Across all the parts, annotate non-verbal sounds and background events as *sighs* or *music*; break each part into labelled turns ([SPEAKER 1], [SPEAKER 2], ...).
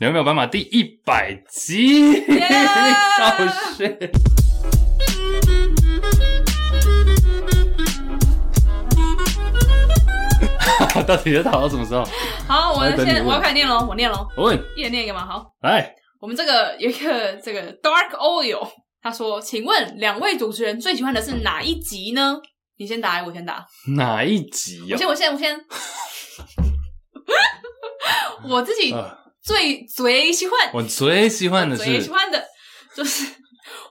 [SPEAKER 1] 纽约没有斑马第一百集， *laughs* 哦笑死！ *laughs* 到底要打到什么时候？
[SPEAKER 2] 好，我
[SPEAKER 1] 我在等
[SPEAKER 2] 先
[SPEAKER 1] 你问
[SPEAKER 2] 我要开始念喽，我念喽，
[SPEAKER 1] 我问，
[SPEAKER 2] 一人念一个嘛。好，
[SPEAKER 1] 来，
[SPEAKER 2] 我们这个有一个这个 Dark Oil，他说：“请问两位主持人最喜欢的是哪一集呢？”你先答，还是我先答。
[SPEAKER 1] 哪一集
[SPEAKER 2] 我
[SPEAKER 1] 呀、
[SPEAKER 2] 先，我先，我先。 *laughs* 我自己
[SPEAKER 1] 啊
[SPEAKER 2] 最最喜欢，
[SPEAKER 1] 我最喜欢的
[SPEAKER 2] 最喜
[SPEAKER 1] 是
[SPEAKER 2] 欢的就是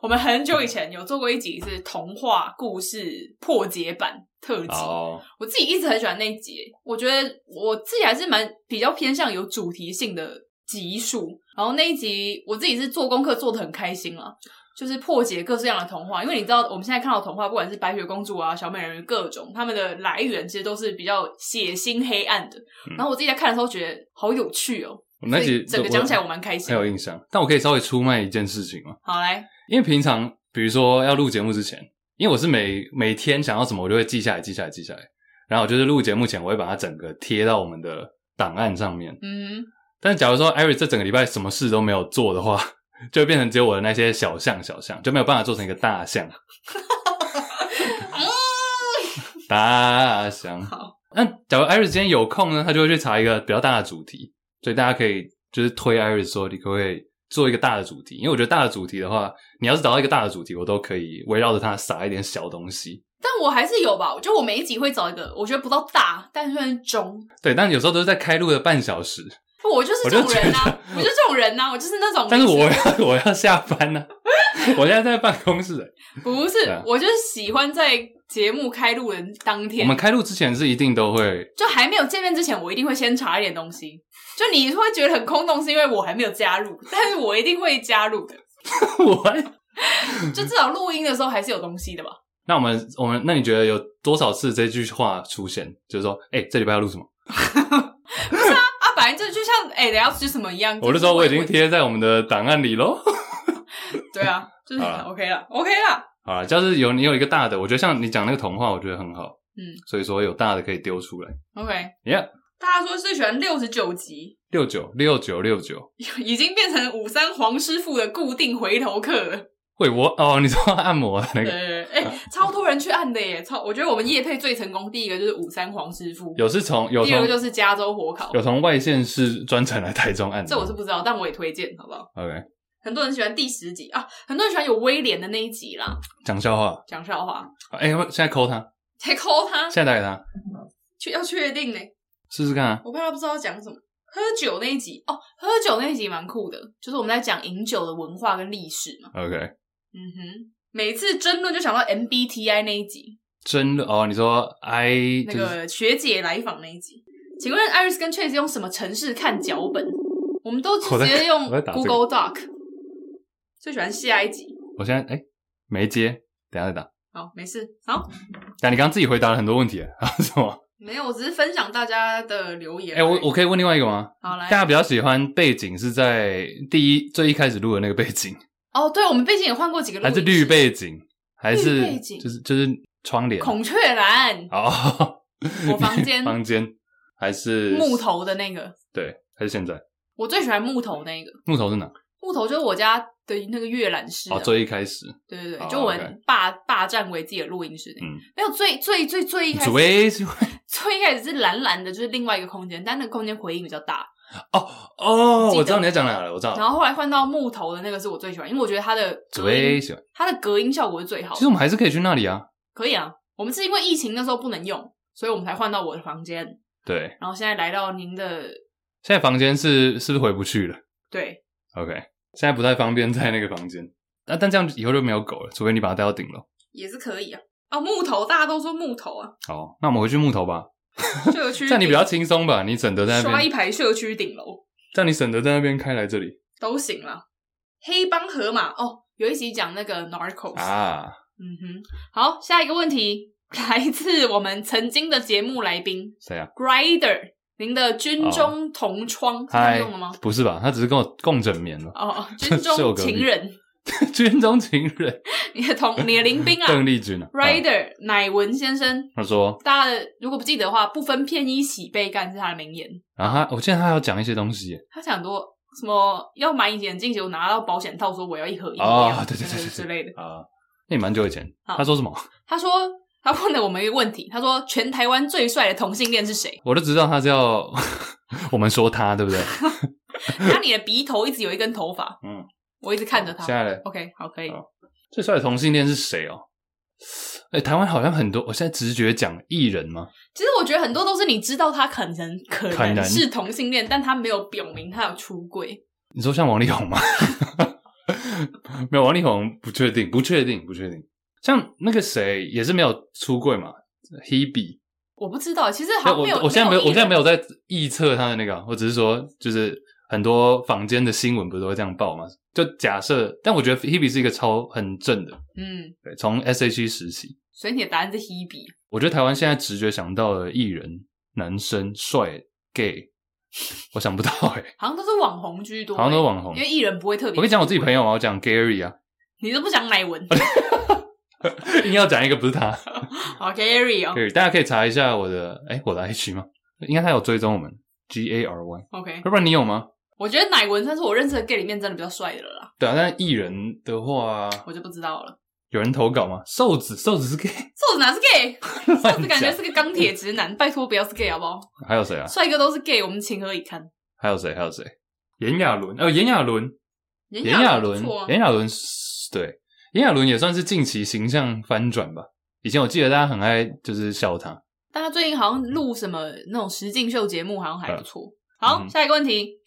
[SPEAKER 2] 我们很久以前有做过一集是童话故事破解版特辑，
[SPEAKER 1] 哦，
[SPEAKER 2] 我自己一直很喜欢那一集，我觉得我自己还是蛮比较偏向有主题性的集数。然后那一集我自己是做功课做的很开心了，就是破解各式各样的童话，因为你知道我们现在看到的童话，不管是白雪公主啊、小美人鱼各种，它们的来源其实都是比较血腥黑暗的。
[SPEAKER 1] 嗯
[SPEAKER 2] 然后我自己在看的时候觉得好有趣哦，
[SPEAKER 1] 我们那
[SPEAKER 2] 所
[SPEAKER 1] 集
[SPEAKER 2] 以整个讲起来我蛮开
[SPEAKER 1] 很
[SPEAKER 2] 心。
[SPEAKER 1] 有印象，但我可以稍微出卖一件事情哦吗？
[SPEAKER 2] 好来，
[SPEAKER 1] 因为平常比如说要录节目之前，因为我是每每天想要什么，我就会记下来，记下来，记下来。然后我就是录节目前，我会把它整个贴到我们的档案上面。
[SPEAKER 2] 嗯
[SPEAKER 1] 但假如说艾瑞这整个礼拜什么事都没有做的话，就会变成只有我的那些小项小项，就没有办法做成一个大项。 *laughs* 大项
[SPEAKER 2] 好。
[SPEAKER 1] 那假如艾瑞今天有空呢，他就会去查一个比较大的主题，所以大家可以就是推艾瑞说，你可不可以做一个大的主题？因为我觉得大的主题的话，你要是找到一个大的主题，我都可以围绕着它撒一点小东西。
[SPEAKER 2] 但我还是有吧，我觉得我每一集会找一个，我觉得不到大，但是算中，
[SPEAKER 1] 对，但有时候都是在开录的半小时，
[SPEAKER 2] 我就是这种人呐、啊，我就这种人呐、我就是那种。
[SPEAKER 1] 但是我要 *laughs* 我要下班呢、啊我现在在办公室、欸
[SPEAKER 2] 不是
[SPEAKER 1] 对啊，
[SPEAKER 2] 我就是喜欢在节目开录的当
[SPEAKER 1] 我
[SPEAKER 2] 天
[SPEAKER 1] 们，开录之前是一定都会，
[SPEAKER 2] *laughs* 就还没有见面之前，我一定会先查一点东西。就你会觉得很空洞，是因为我还没有加入，但是我一定会加入的。
[SPEAKER 1] 我
[SPEAKER 2] 就至少录音的时候还是有东西的吧。
[SPEAKER 1] 那我们我们那你觉得有多少次这句话出现？就是说，哎、这礼拜要录什么？
[SPEAKER 2] 啊，本来就就像哎、等一下要吃什么一样。
[SPEAKER 1] 我那
[SPEAKER 2] 就
[SPEAKER 1] 时
[SPEAKER 2] 是
[SPEAKER 1] 候我已经贴在我们的档案里
[SPEAKER 2] *laughs*
[SPEAKER 1] 喽。
[SPEAKER 2] 对啊，就是
[SPEAKER 1] 好啦
[SPEAKER 2] OK 了，OK 了。
[SPEAKER 1] 好啦，就是有你有一个大的，我觉得像你讲那个童话，我觉得很好。
[SPEAKER 2] 嗯，
[SPEAKER 1] 所以说有大的可以丢出来。
[SPEAKER 2] OK，
[SPEAKER 1] 耶、
[SPEAKER 2] 大家说最喜欢六十九集，
[SPEAKER 1] 六九六九六九，
[SPEAKER 2] 已经变成五三黄师傅的固定回头客了。
[SPEAKER 1] 喂我哦，你说按摩的那个啊
[SPEAKER 2] 对，哎、超多人去按的耶，超！我觉得我们业配最成功，第一个就是五三黄师傅，
[SPEAKER 1] 有是从有
[SPEAKER 2] 第二
[SPEAKER 1] 从
[SPEAKER 2] 个就是加州火烤
[SPEAKER 1] 有，从外县市专程来台中按的。
[SPEAKER 2] 这我是不知道，但我也推荐，好不好？
[SPEAKER 1] OK
[SPEAKER 2] 很多人喜欢第十集啊，很多人喜欢有威廉的那一集啦，
[SPEAKER 1] 讲笑话。
[SPEAKER 2] 讲笑话，
[SPEAKER 1] 哎、要不要现在扣他，
[SPEAKER 2] 还 call 他，
[SPEAKER 1] 现在打给他
[SPEAKER 2] 确要确定呢，
[SPEAKER 1] 试试看啊。
[SPEAKER 2] 我怕他不知道讲什么。喝酒那一集哦，喝酒那一集蛮酷的，就是我们在讲饮酒的文化跟历史嘛。
[SPEAKER 1] OK，
[SPEAKER 2] 嗯哼，每次争论就想到 MBTI 那一集，
[SPEAKER 1] 真的哦，你说 I
[SPEAKER 2] 那
[SPEAKER 1] 就是
[SPEAKER 2] 个学姐来访那一集。请问 Iris 跟 Chase 用什么程式看脚本？我们都直
[SPEAKER 1] 我
[SPEAKER 2] 接
[SPEAKER 1] 在
[SPEAKER 2] 用
[SPEAKER 1] 我在打这个
[SPEAKER 2] Google Doc。最喜欢下一集。
[SPEAKER 1] 我现在哎、没接，等一下再打。
[SPEAKER 2] 好，没事。好，
[SPEAKER 1] 但你刚刚自己回答了很多问题， *laughs* 还有什么？
[SPEAKER 2] 没有，我只是分享大家的留言
[SPEAKER 1] 哎、
[SPEAKER 2] 而已。
[SPEAKER 1] 我我可以问另外一个吗？
[SPEAKER 2] 好来
[SPEAKER 1] 大。家比较喜欢背景是在第一最一开始录的那个背景，
[SPEAKER 2] 哦，对，我们背景也换过几个录
[SPEAKER 1] 还
[SPEAKER 2] 音室，
[SPEAKER 1] 是绿背景，还是
[SPEAKER 2] 绿背景
[SPEAKER 1] 就是就是窗帘？
[SPEAKER 2] 孔雀蓝
[SPEAKER 1] 哦，
[SPEAKER 2] 我房间
[SPEAKER 1] 房间还是
[SPEAKER 2] 木？头的那个，
[SPEAKER 1] 对，还是现在
[SPEAKER 2] 我最喜欢木头那个。
[SPEAKER 1] 木头是哪？
[SPEAKER 2] 木头就是我家的那个阅览室啊、
[SPEAKER 1] 哦，最一开始
[SPEAKER 2] 对对
[SPEAKER 1] 哦
[SPEAKER 2] 对，就我
[SPEAKER 1] OK
[SPEAKER 2] 霸霸占为自己的录音室那个，
[SPEAKER 1] 嗯
[SPEAKER 2] 没有最最最最一开始
[SPEAKER 1] 最喜欢
[SPEAKER 2] 最一开始是蓝蓝的，就是另外一个空间，但那个空间回音比较大。
[SPEAKER 1] 哦哦，
[SPEAKER 2] 记得
[SPEAKER 1] 我知道你在讲哪了，我知道
[SPEAKER 2] 然后后来换到木头的那个是我最喜欢，因为我觉得它的隔
[SPEAKER 1] 最
[SPEAKER 2] 音，
[SPEAKER 1] 喜欢。
[SPEAKER 2] 它的隔音效果是最好
[SPEAKER 1] 其实
[SPEAKER 2] 的。
[SPEAKER 1] 我们还是可以去那里啊，
[SPEAKER 2] 可以啊，我们是因为疫情那时候不能用，所以我们才换到我的房间，
[SPEAKER 1] 对，
[SPEAKER 2] 然后现在来到您的
[SPEAKER 1] 现在房间是是不是回不去了？
[SPEAKER 2] 对
[SPEAKER 1] OK，现在不太方便在那个房间。那、但这样以后就没有狗了，除非你把它带到顶楼。
[SPEAKER 2] 也是可以啊。啊，木头，大家都说
[SPEAKER 1] *laughs*
[SPEAKER 2] 木头啊，
[SPEAKER 1] 好，那我们回去木头吧，
[SPEAKER 2] 社区
[SPEAKER 1] 这样你比较
[SPEAKER 2] 顶
[SPEAKER 1] 轻松吧？你省得在那
[SPEAKER 2] 嗯刷一
[SPEAKER 1] 边，
[SPEAKER 2] 排社区顶楼
[SPEAKER 1] 这样你省得在那边开来这里
[SPEAKER 2] 都行啦。黑帮河马哦，有一集讲那个 Narcos，、
[SPEAKER 1] 啊。
[SPEAKER 2] 嗯哼，好，下一个问题 *laughs* 来自我们曾经的节目来宾
[SPEAKER 1] 谁啊？
[SPEAKER 2] Grider，您的军中同窗、是这样
[SPEAKER 1] 嗨
[SPEAKER 2] 用的吗？，
[SPEAKER 1] 不是吧？他只是跟我 *laughs* 共枕眠了。 *laughs*
[SPEAKER 2] 哦，军
[SPEAKER 1] 是我
[SPEAKER 2] 中
[SPEAKER 1] 隔壁
[SPEAKER 2] 情人，
[SPEAKER 1] 军中情人
[SPEAKER 2] 你的同
[SPEAKER 1] *laughs*
[SPEAKER 2] 你的林兵啊
[SPEAKER 1] 邓丽君啊
[SPEAKER 2] ，Rider、乃文先生，
[SPEAKER 1] 他说，
[SPEAKER 2] 大家如果不记得的话，不分片衣洗被干是他的名言。
[SPEAKER 1] 啊然后他我记得他还要讲一些东西耶，
[SPEAKER 2] 他讲很多什么要买隐形眼镜，结果拿到保险套说我要一盒一样，
[SPEAKER 1] 哦对对对对对
[SPEAKER 2] 之类的。
[SPEAKER 1] 啊，那也蛮久以前。
[SPEAKER 2] 好
[SPEAKER 1] 他说什么？
[SPEAKER 2] 他说他问了我们一个问题，他说全台湾最帅的同性恋是谁？
[SPEAKER 1] 我就知道他叫 *laughs* 我们说他，对不对？ *laughs*
[SPEAKER 2] 他你的鼻头一直有一根头发，
[SPEAKER 1] 嗯，
[SPEAKER 2] 我一直 *laughs* 看着他
[SPEAKER 1] 接。下来
[SPEAKER 2] OK，好，可以。
[SPEAKER 1] 好最帅的同性恋是谁哦？哎、台湾好像很多，我现在直觉讲艺人吗？
[SPEAKER 2] 其实我觉得很多都是你知道他可能可
[SPEAKER 1] 可能
[SPEAKER 2] 能是同性恋，但他没有表明他有出柜。
[SPEAKER 1] 你说像王力宏吗？ *laughs* 没有，王力宏不确定，不确定，不确定。像那个谁也是没有出柜嘛，Hebe。
[SPEAKER 2] 我不知道，其实好
[SPEAKER 1] 但
[SPEAKER 2] 像
[SPEAKER 1] 我
[SPEAKER 2] 没有。
[SPEAKER 1] 我现在没有，我现在没
[SPEAKER 2] 有
[SPEAKER 1] 有在臆测他的那个啊，我只是说，就是很多坊间的新闻不是都会这样报嘛？就假设，但我觉得 Hebe 是一个超很正的，
[SPEAKER 2] 艺人。嗯，
[SPEAKER 1] 对，从 S.H.E 时期，
[SPEAKER 2] 所以你的答案是 Hebe。
[SPEAKER 1] 我觉得台湾现在直觉想到的艺人，男生帅 gay，我想不到哎、
[SPEAKER 2] 好像都是网红居多、
[SPEAKER 1] 好像都是
[SPEAKER 2] 欸
[SPEAKER 1] 网红
[SPEAKER 2] 因为艺人不会特别。
[SPEAKER 1] 我跟你讲我自己朋
[SPEAKER 2] 友，
[SPEAKER 1] 友嘛，我讲 Gary 啊，
[SPEAKER 2] 你都不讲奶文。
[SPEAKER 1] 硬要讲一个不是他
[SPEAKER 2] 哦 *laughs* 好，Gary 哦
[SPEAKER 1] Gary，大家可以查一下我的，哎、我的 H 吗？应该他有追踪我们 G A R Y，
[SPEAKER 2] ，OK。
[SPEAKER 1] 要不然你有吗？
[SPEAKER 2] 我觉得奶文算是我认识的 gay 里面真的比较帅的了啦，
[SPEAKER 1] 对啊，但艺人的话，
[SPEAKER 2] 我就不知道了。
[SPEAKER 1] 有人投稿吗？瘦子，瘦子是 gay，
[SPEAKER 2] 瘦子哪是 gay？瘦子感觉
[SPEAKER 1] 乱
[SPEAKER 2] 是
[SPEAKER 1] 讲
[SPEAKER 2] 个钢铁直男，拜托不要是 gay 好不好？
[SPEAKER 1] 还有谁啊？
[SPEAKER 2] 帅哥都是 gay，我们情何以堪？
[SPEAKER 1] 还有谁？还有谁？炎亚纶，哦，炎亚纶，
[SPEAKER 2] 炎
[SPEAKER 1] 炎亚
[SPEAKER 2] 纶
[SPEAKER 1] 纶
[SPEAKER 2] 不错啊，
[SPEAKER 1] 炎亚纶是，对，炎亚纶也算是近期形象翻转吧。以前我记得大家很爱就是笑他， *laughs*
[SPEAKER 2] 但他最近好像录什么那种实境秀节目，好像还不错。
[SPEAKER 1] 嗯
[SPEAKER 2] 好，
[SPEAKER 1] 哼
[SPEAKER 2] 下一个问题，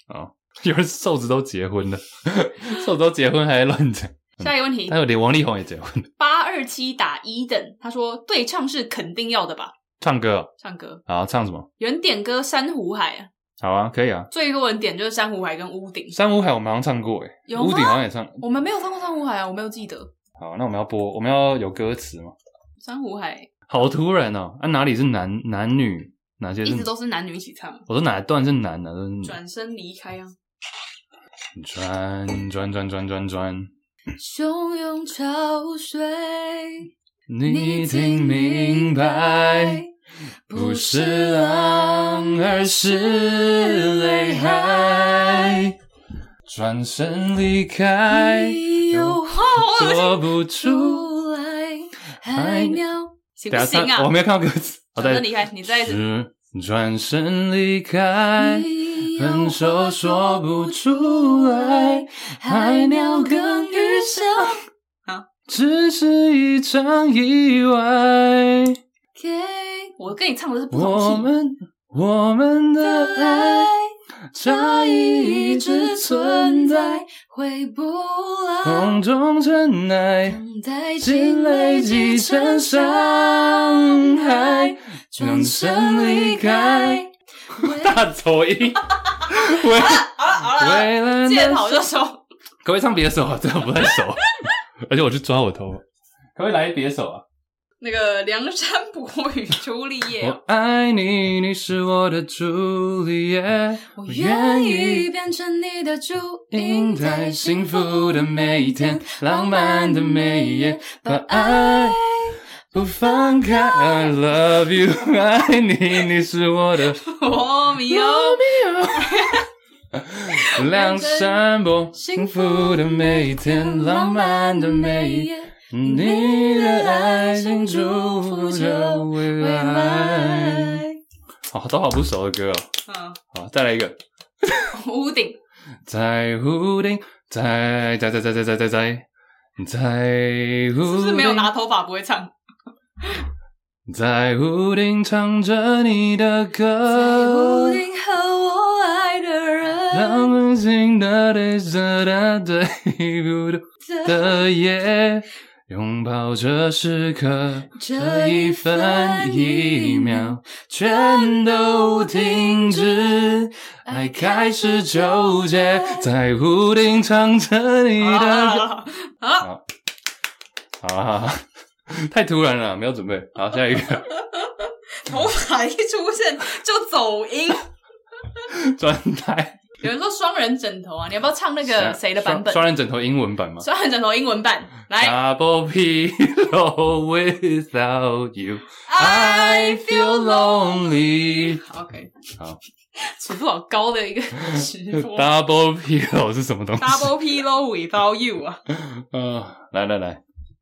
[SPEAKER 1] 有人瘦子都结婚了， *laughs* 瘦子都结婚还乱讲，
[SPEAKER 2] 下一个问题
[SPEAKER 1] 还，有连王力宏也结婚了，
[SPEAKER 2] 八二七打一等，他说对唱是肯定要的吧？
[SPEAKER 1] 唱歌哦
[SPEAKER 2] 唱歌
[SPEAKER 1] 好唱什么？
[SPEAKER 2] 有人点歌《珊瑚海》啊，
[SPEAKER 1] 好啊，可以啊。
[SPEAKER 2] 最多人点就是《珊瑚海》跟《屋顶》，
[SPEAKER 1] 珊瑚海我们好像唱过诶，欸
[SPEAKER 2] 有
[SPEAKER 1] 屋顶啊
[SPEAKER 2] 吗
[SPEAKER 1] 好像也唱。
[SPEAKER 2] 我们没有唱过《珊瑚海》啊，我没有记得《
[SPEAKER 1] 好，那我们要播，我们要有歌词吗？
[SPEAKER 2] 珊瑚海》
[SPEAKER 1] 好突然哦，啊哪里是男男女，哪些是嗯
[SPEAKER 2] 一直都是男女一起唱，
[SPEAKER 1] 我说哪一段是男的？都是女的
[SPEAKER 2] 转身离开啊。
[SPEAKER 1] 转转转转转转，
[SPEAKER 2] 汹涌潮水，
[SPEAKER 1] 你听明白，不是浪，而是泪海。转身离开，
[SPEAKER 2] 你有
[SPEAKER 1] 嗯
[SPEAKER 2] 话
[SPEAKER 1] 坐不住。
[SPEAKER 2] 出来，海鸟，行不
[SPEAKER 1] 等一
[SPEAKER 2] 行
[SPEAKER 1] 下
[SPEAKER 2] 啊？
[SPEAKER 1] 唱我没有看到歌词，我
[SPEAKER 2] 转
[SPEAKER 1] 再
[SPEAKER 2] 身离开，你再一次。
[SPEAKER 1] 是转身离开，分手说不出来。海鸟跟鱼
[SPEAKER 2] 上
[SPEAKER 1] 只是一场意外。
[SPEAKER 2] 给我跟你唱的是不
[SPEAKER 1] 我
[SPEAKER 2] 同
[SPEAKER 1] 们我们的
[SPEAKER 2] 的
[SPEAKER 1] 爱
[SPEAKER 2] 爱，
[SPEAKER 1] 差异一直存在，，
[SPEAKER 2] 回不来
[SPEAKER 1] 风，中尘埃，
[SPEAKER 2] 等待
[SPEAKER 1] 积累几成伤害，转身离开。。大走 *laughs* 音，为
[SPEAKER 2] 好了好了，
[SPEAKER 1] 为了
[SPEAKER 2] 见
[SPEAKER 1] 那
[SPEAKER 2] 好就收。
[SPEAKER 1] 可不可以唱别首啊？这个不太 *laughs* 熟，而且我去抓我头发，可不可以来别首啊？
[SPEAKER 2] 那个梁山伯与朱丽叶
[SPEAKER 1] 我
[SPEAKER 2] 啊，
[SPEAKER 1] 爱你，你是我的朱丽叶，
[SPEAKER 2] 我愿意变成你的注
[SPEAKER 1] 应
[SPEAKER 2] 定，
[SPEAKER 1] 在
[SPEAKER 2] 在
[SPEAKER 1] 幸
[SPEAKER 2] 幸
[SPEAKER 1] 福
[SPEAKER 2] 福
[SPEAKER 1] 的
[SPEAKER 2] 的
[SPEAKER 1] 每
[SPEAKER 2] 每
[SPEAKER 1] 一
[SPEAKER 2] 一
[SPEAKER 1] 天
[SPEAKER 2] 天，
[SPEAKER 1] 浪
[SPEAKER 2] 浪
[SPEAKER 1] 漫
[SPEAKER 2] 漫
[SPEAKER 1] 的
[SPEAKER 2] 的
[SPEAKER 1] 每
[SPEAKER 2] 每
[SPEAKER 1] 一
[SPEAKER 2] 一
[SPEAKER 1] 夜
[SPEAKER 2] 夜，
[SPEAKER 1] 把
[SPEAKER 2] 把
[SPEAKER 1] 爱
[SPEAKER 2] *laughs* 爱
[SPEAKER 1] 不放开。I love you，爱你，你是我的
[SPEAKER 2] 罗密欧。
[SPEAKER 1] *laughs* 梁山伯，幸福的每一天，浪漫的每一夜，
[SPEAKER 2] 夜，
[SPEAKER 1] 你的爱情祝福着未
[SPEAKER 2] 未
[SPEAKER 1] 来。
[SPEAKER 2] 来。
[SPEAKER 1] 好，都好不熟的歌哦。
[SPEAKER 2] 嗯，
[SPEAKER 1] 好，再来一个。
[SPEAKER 2] 屋顶，
[SPEAKER 1] 在屋顶，在在在在在在在在在
[SPEAKER 2] 是不
[SPEAKER 1] 屋
[SPEAKER 2] 是没有
[SPEAKER 1] 顶，
[SPEAKER 2] 拿头发不会唱？
[SPEAKER 1] 在屋顶唱着你的歌，
[SPEAKER 2] 和我爱的
[SPEAKER 1] 让，温馨的对着那对不的夜，拥抱这时刻，这一分一秒，全都停止。爱开始纠结，在屋顶唱着你
[SPEAKER 2] 啊好
[SPEAKER 1] 的歌。
[SPEAKER 2] 了好了，
[SPEAKER 1] 啊，太突然了，没有准备。好，下一个 *laughs*
[SPEAKER 2] 头发一出现就走音，
[SPEAKER 1] 转台，
[SPEAKER 2] 有人说双人枕头啊，你要不要唱那个谁的版本
[SPEAKER 1] 双？双人枕头英文版吗啊
[SPEAKER 2] 双人枕头英文版，来
[SPEAKER 1] ？Double pillow without you, I feel lonely。
[SPEAKER 2] OK，
[SPEAKER 1] 好
[SPEAKER 2] 尺度好高的一个直
[SPEAKER 1] *laughs*
[SPEAKER 2] 播。
[SPEAKER 1] ，Double pillow 是什么东西？
[SPEAKER 2] Double pillow without you 啊！
[SPEAKER 1] 呃，来来来，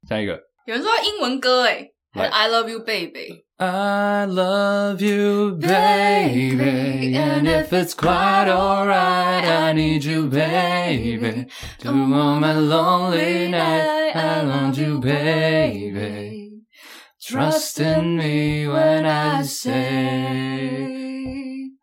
[SPEAKER 1] 下一个。
[SPEAKER 2] 有人说英文歌哎、
[SPEAKER 1] 来
[SPEAKER 2] i love you baby，
[SPEAKER 1] I love you, baby, and if it's quite alright, I need you, baby. To all my lonely night, I want you, baby. Trust in me when I say,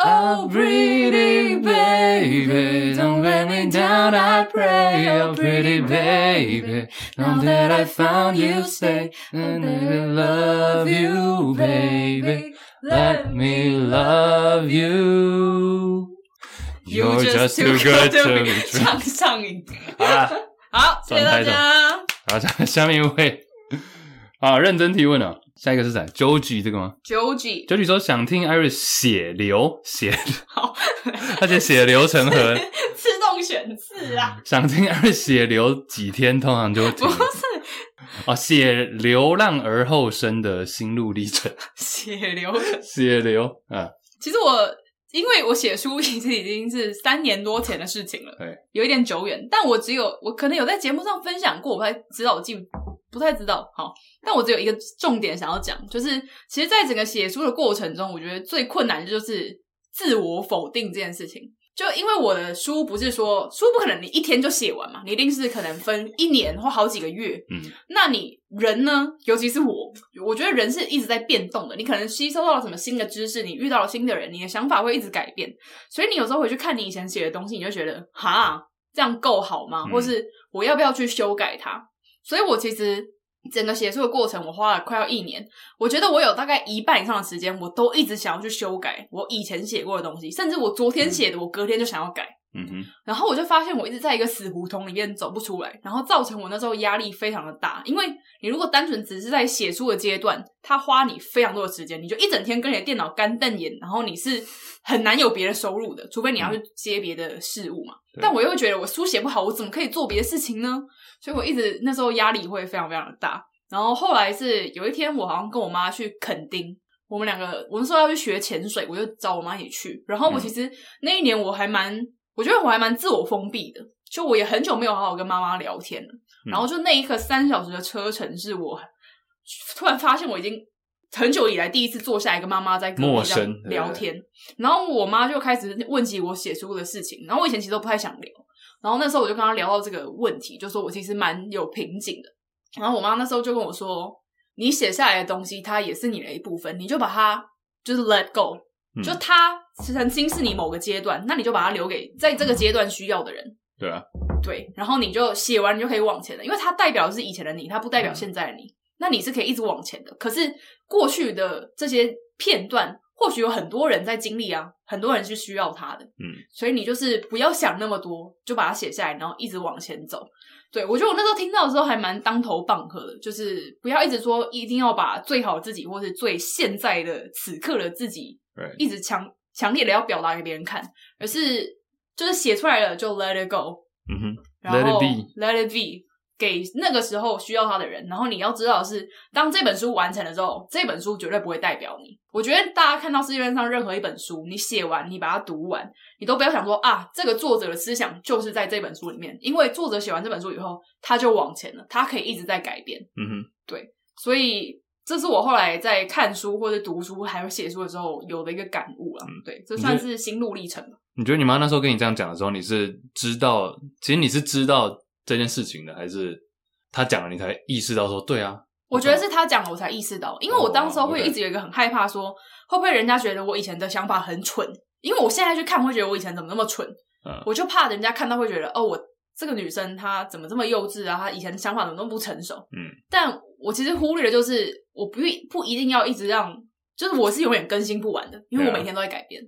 [SPEAKER 1] Oh, pretty baby, don't let me down, I pray. Oh, pretty baby, now that I found you, say, and I love you, baby. Let me love you. You're just too good to be *laughs* true.
[SPEAKER 2] 唱上瘾。
[SPEAKER 1] 好啦，
[SPEAKER 2] 好，谢谢大
[SPEAKER 1] 转台
[SPEAKER 2] 家。
[SPEAKER 1] *laughs* 好，下下面一位，啊，认真提问啊。下一个是谁？Joji 这个吗 *laughs*
[SPEAKER 2] Joji，
[SPEAKER 1] ？Joji 说想听 Iris 血流血，
[SPEAKER 2] 好，
[SPEAKER 1] 他写血流成河，
[SPEAKER 2] 自动选字啊，
[SPEAKER 1] 想听 Iris 血流几天，通常就会停
[SPEAKER 2] 不。是
[SPEAKER 1] 哦，血流浪而后生的心路历程，
[SPEAKER 2] 血流。
[SPEAKER 1] 血流啊，
[SPEAKER 2] 其实我因为我写书其实已经是三年多前的事情了，
[SPEAKER 1] 对，
[SPEAKER 2] 有一点久远。但我只有我可能有在节目上分享过，我不太知道，我记不不太知道。好，但我只有一个重点想要讲，就是其实，在整个写书的过程中，我觉得最困难的就是自我否定这件事情。就因为我的书不是说书不可能你一天就写完嘛，你一定是可能分一年或好几个月，
[SPEAKER 1] 嗯，
[SPEAKER 2] 那你人呢？尤其是我，我觉得人是一直在变动的。你可能吸收到了什么新的知识，你遇到了新的人，你的想法会一直改变。所以你有时候回去看你以前写的东西，你就觉得哈，这样够好吗？
[SPEAKER 1] 嗯
[SPEAKER 2] 或是我要不要去修改它？所以我其实整个写书的过程，我花了快要一年。我觉得我有大概一半以上的时间，我都一直想要去修改我以前写过的东西，甚至我昨天写的，我隔天就想要改。
[SPEAKER 1] 嗯哼，
[SPEAKER 2] 然后我就发现我一直在一个死胡同里面走不出来，然后造成我那时候压力非常的大。因为你如果单纯只是在写书的阶段，它花你非常多的时间，你就一整天跟你的电脑干瞪眼，然后你是很难有别的收入的，除非你要去接别的事物嘛。
[SPEAKER 1] 对
[SPEAKER 2] 但我又觉得我书写不好，我怎么可以做别的事情呢？所以我一直那时候压力会非常非常的大。然后后来是有一天，我好像跟我妈去垦丁，我们两个我们说要去学潜水，我就找我妈一起去。然后我
[SPEAKER 1] 嗯
[SPEAKER 2] 其实那一年我还蛮，我觉得我还蛮自我封闭的，就我也很久没有好好跟妈妈聊天了。
[SPEAKER 1] 嗯
[SPEAKER 2] 然后就那一刻三小时的车程，是我突然发现我已经很久以来第一次坐下来跟妈妈在隔壁
[SPEAKER 1] 陌
[SPEAKER 2] 这样
[SPEAKER 1] 生对不对
[SPEAKER 2] 聊天。然后我妈就开始问起我写书的事情，然后我以前其实都不太想聊。然后那时候我就跟她聊到这个问题，就说我其实蛮有瓶颈的。然后我妈那时候就跟我说：“你写下来的东西，它也是你的一部分，你就把它就是 let go，
[SPEAKER 1] 嗯
[SPEAKER 2] 就它曾经是你某个阶段，那你就把它留给在这个阶段需要的人。
[SPEAKER 1] 对啊，
[SPEAKER 2] 对，然后你就写完，你就可以往前了，因为它代表的是以前的你，它不代表现在的你。那你是可以一直往前的，可是过去的这些片段，或许有很多人在经历啊，很多人是需要它的。
[SPEAKER 1] 嗯，
[SPEAKER 2] 所以你就是不要想那么多，就把它写下来，然后一直往前走。对我觉得我那时候听到的时候还蛮当头棒喝的，就是不要一直说一定要把最好的自己，或是最现在的此刻的自己
[SPEAKER 1] Right
[SPEAKER 2] 一直强强烈的要表达给别人看，而是就是写出来了就 let it go，
[SPEAKER 1] 嗯哼，
[SPEAKER 2] 然后
[SPEAKER 1] Let it
[SPEAKER 2] let it be 给那个时候需要他的人。然后你要知道的是，当这本书完成了之后，这本书绝对不会代表你。我觉得大家看到世界上任何一本书，你写完，你把它读完，你都不要想说啊，这个作者的思想就是在这本书里面，因为作者写完这本书以后，他就往前了，他可以一直在改变。
[SPEAKER 1] 嗯哼，
[SPEAKER 2] 所以这是我后来在看书或者读书还有写书的时候有的一个感悟啊。对，这算是心路历程吧。
[SPEAKER 1] 你觉得你妈那时候跟你这样讲的时候，你是知道，其实你是知道这件事情的，还是她讲了你才意识到说，对啊，
[SPEAKER 2] 我觉得是他讲了，我才意识到，因为我当时候会
[SPEAKER 1] 哦
[SPEAKER 2] 一直有一个很害怕说，会不会人家觉得我以前的想法很蠢？因为我现在去看，会觉得我以前怎么那么蠢？
[SPEAKER 1] 嗯
[SPEAKER 2] 我就怕人家看到会觉得，哦，我这个女生她怎么这么幼稚啊？她以前想法怎么那么不成熟？
[SPEAKER 1] 嗯，
[SPEAKER 2] 但我其实忽略的就是，我不一不一定要一直让，就是我是永远更新不完的，因为我
[SPEAKER 1] 对啊
[SPEAKER 2] 每天都在改变，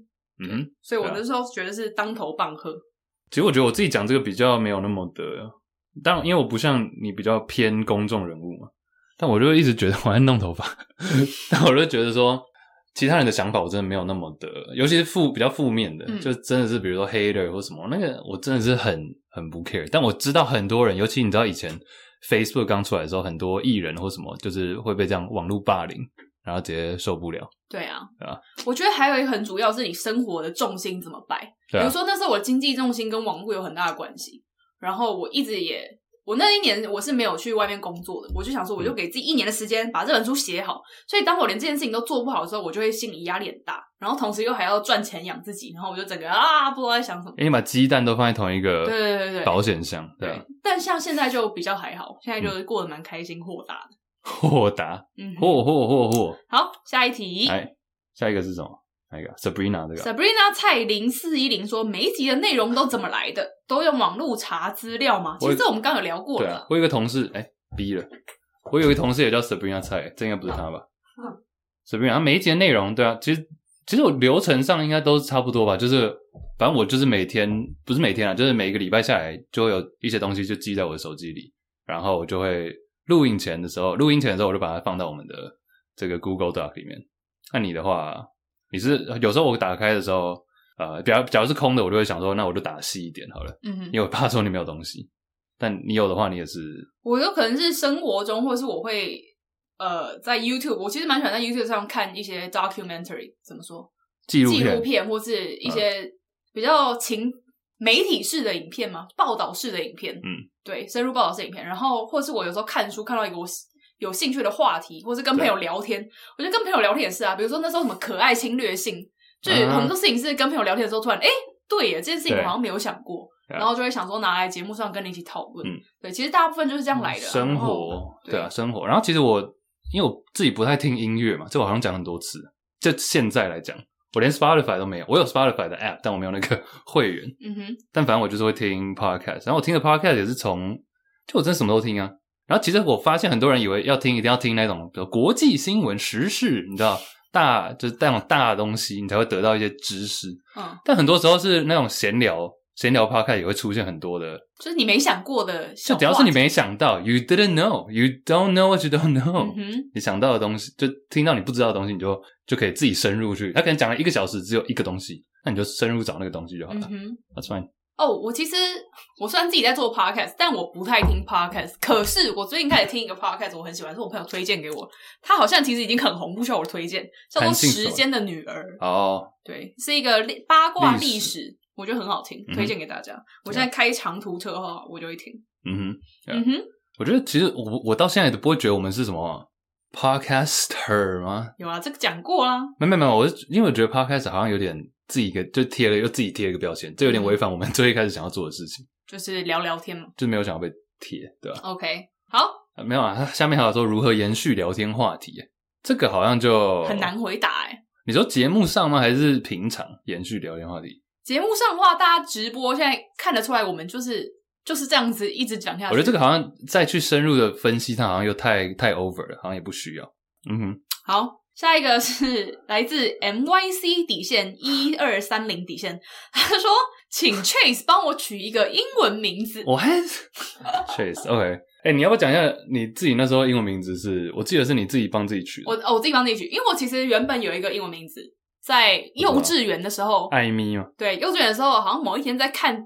[SPEAKER 1] 嗯哼，
[SPEAKER 2] 所以我
[SPEAKER 1] 对啊
[SPEAKER 2] 那时候觉得是当头棒喝。
[SPEAKER 1] 其实我觉得我自己讲这个比较没有那么的，当然因为我不像你比较
[SPEAKER 2] *laughs*
[SPEAKER 1] 偏公众人物嘛，但我就一直觉得我在弄头发，但我就觉得说，其他人的想法我真的没有那么的，尤其是负比较负面的，
[SPEAKER 2] 嗯
[SPEAKER 1] 就真的是比如说 hater 或什么那个，我真的是很很不 care。但我知道很多人，尤其你知道以前 Facebook 刚出来的时候，很多艺人或什么就是会被这样网络霸凌，然后直接受不了。
[SPEAKER 2] 对啊，
[SPEAKER 1] 对啊
[SPEAKER 2] 我觉得还有一个很主要是你生活的重心怎么摆。
[SPEAKER 1] 对
[SPEAKER 2] 比
[SPEAKER 1] 啊
[SPEAKER 2] 如，说那时候我经济重心跟网络有很大的关系，然后我一直也，我那一年我是没有去外面工作的，我就
[SPEAKER 1] 嗯
[SPEAKER 2] 想说我就给自己一年的时间把这本书写好，所以当我连这件事情都做不好的时候，我就会心理压力很大，然后同时又还要赚钱养自己，然后我就整个啊不知道在想什么。
[SPEAKER 1] 因为你把鸡蛋都放在同一个
[SPEAKER 2] 对对对对
[SPEAKER 1] 保险箱，对啊 *laughs* 嗯
[SPEAKER 2] 对，，但像现在就比较还好，现在就是过得蛮开心豁达的。
[SPEAKER 1] 豁达，
[SPEAKER 2] 嗯，
[SPEAKER 1] 豁豁豁豁。
[SPEAKER 2] 好，下一题。
[SPEAKER 1] 哦哎，下一个是什么？哪一个？Sabrina 这个啊
[SPEAKER 2] Sabrina 蔡零四一零说，每一集的内容都怎么来的？都用网络查资料吗？其
[SPEAKER 1] 我
[SPEAKER 2] 实这我们刚刚有聊过
[SPEAKER 1] 对
[SPEAKER 2] 了
[SPEAKER 1] 啊
[SPEAKER 2] 啦。，
[SPEAKER 1] 我有一个同事，哎、逼了。我有一个同事也叫 Sabrina 蔡，这应该不是他吧、
[SPEAKER 2] 嗯
[SPEAKER 1] s a b r i n a 他每一节内容，对啊，其实其实我流程上应该都是差不多吧，就是反正我就是每天不是每天啊，就是每一个礼拜下来就会有一些东西就记在我的手机里，然后我就会录音前的时候，录音前的时候我就把它放到我们的这个 Google Doc 里面。那你的话，你是有时候我打开的时候，呃，假如假如是空的，我就会想说，那我就打细一点好了。
[SPEAKER 2] 嗯哼，
[SPEAKER 1] 因为我怕说你没有东西，但你有的话，你也是
[SPEAKER 2] 我有可能是生活中，或是我会呃在 YouTube，我其实蛮喜欢在 YouTube 上看一些 documentary，怎么说
[SPEAKER 1] 纪录
[SPEAKER 2] 纪
[SPEAKER 1] 片嗯
[SPEAKER 2] 录片或是一些比较情媒体式的影片嘛，报道式的影片，
[SPEAKER 1] 嗯，
[SPEAKER 2] 对，深入报道式影片。然后或是我有时候看书看到一个我喜有兴趣的话题，或是跟朋友聊天，我觉得跟朋友聊天也是啊，比如说那时候什么可爱侵略性，就是
[SPEAKER 1] 啊
[SPEAKER 2] 很多事情是跟朋友聊天的时候突然哎。诶对耶，这件事情我
[SPEAKER 1] 对
[SPEAKER 2] 好像没有想过，
[SPEAKER 1] 对啊
[SPEAKER 2] 然后就会想说拿来节目上跟你一起讨论。
[SPEAKER 1] 嗯
[SPEAKER 2] 对，其实大部分就是这样来的啊、
[SPEAKER 1] 生
[SPEAKER 2] 然后
[SPEAKER 1] 活，对啊，生活。然后其实我因为我自己不太听音乐嘛，这我好像讲很多次。就现在来讲，我连 Spotify 都没有，我有 Spotify 的 app，但我没有那个会员。
[SPEAKER 2] 嗯哼，
[SPEAKER 1] 但反正我就是会听 podcast，然后我听的 podcast 也是从，就我真的什么都听啊。然后其实我发现很多人以为要听一定要听那种，比如国际新闻、时事，你知道大就是那种大的东西，你才会得到一些知识。
[SPEAKER 2] 嗯，
[SPEAKER 1] 但很多时候是那种闲聊，闲聊 podcast 也会出现很多的，
[SPEAKER 2] 就是你没想过的
[SPEAKER 1] 就
[SPEAKER 2] 小话
[SPEAKER 1] 只要是你没想到，you didn't know，you don't know what you don't know，、
[SPEAKER 2] 嗯哼，
[SPEAKER 1] 你想到的东西，就听到你不知道的东西，你就就可以自己深入去。他可能讲了一个小时，只有一个东西，那你就深入找那个东西就好
[SPEAKER 2] 嗯
[SPEAKER 1] 了。
[SPEAKER 2] 哼。
[SPEAKER 1] *laughs* That's fine。
[SPEAKER 2] 哦，我其实我虽然自己在做 podcast，但我不太听 podcast。可是我最近开始听一个 podcast，我很喜欢，是我朋友推荐给我。他好像其实已经很红，不需要我推荐，叫做《
[SPEAKER 1] 弹性手
[SPEAKER 2] 时间的女儿》。
[SPEAKER 1] 哦，
[SPEAKER 2] 对，是一个历八卦
[SPEAKER 1] 历
[SPEAKER 2] 历
[SPEAKER 1] 史嗯
[SPEAKER 2] 史，我觉得很好听，
[SPEAKER 1] 哼
[SPEAKER 2] 推荐给大家。我现在开长途车的话，我就会听。
[SPEAKER 1] 嗯哼，对啊
[SPEAKER 2] 嗯哼，
[SPEAKER 1] 我觉得其实我我到现在都不会觉得我们是什么 podcaster 吗？
[SPEAKER 2] 有啊，这个讲过啦。
[SPEAKER 1] 没没没，我是因为我觉得 podcast 好像有点自己给就贴了又自己贴了一个标签，这有
[SPEAKER 2] 嗯
[SPEAKER 1] 点违反我们 *laughs* 最一开始想要做的事情，
[SPEAKER 2] 就是聊聊天嘛
[SPEAKER 1] 就是没有想要被贴，对吧、
[SPEAKER 2] ，OK，好，
[SPEAKER 1] 啊没有啊，他下面还有说如何延续聊天话题，这个好像就
[SPEAKER 2] 很难。回答哎、
[SPEAKER 1] 你说节目上吗？还是平常延续聊天话题？
[SPEAKER 2] 节目上的话，大家直播现在看得出来，我们就是就是这样子一直讲下
[SPEAKER 1] 我
[SPEAKER 2] 去。
[SPEAKER 1] 觉得这个好像再去深入的分析，它好像又太太 over 了，好像也不需要。嗯哼，
[SPEAKER 2] 好，下一个是来自 MYC 底线一二三零底线， *laughs* 他说：“请 Chase 帮我取一个英文名字。
[SPEAKER 1] 我还 *laughs* chase OK。哎、你要不要讲一下你自己那时候英文名字是？我记得是你自己帮自己取的，
[SPEAKER 2] 我”哦，我自己帮自己取，因为我其实原本有一个英文名字，在幼稚园的时候，
[SPEAKER 1] 艾米嘛，
[SPEAKER 2] 对幼稚园的时候，好像某一天在看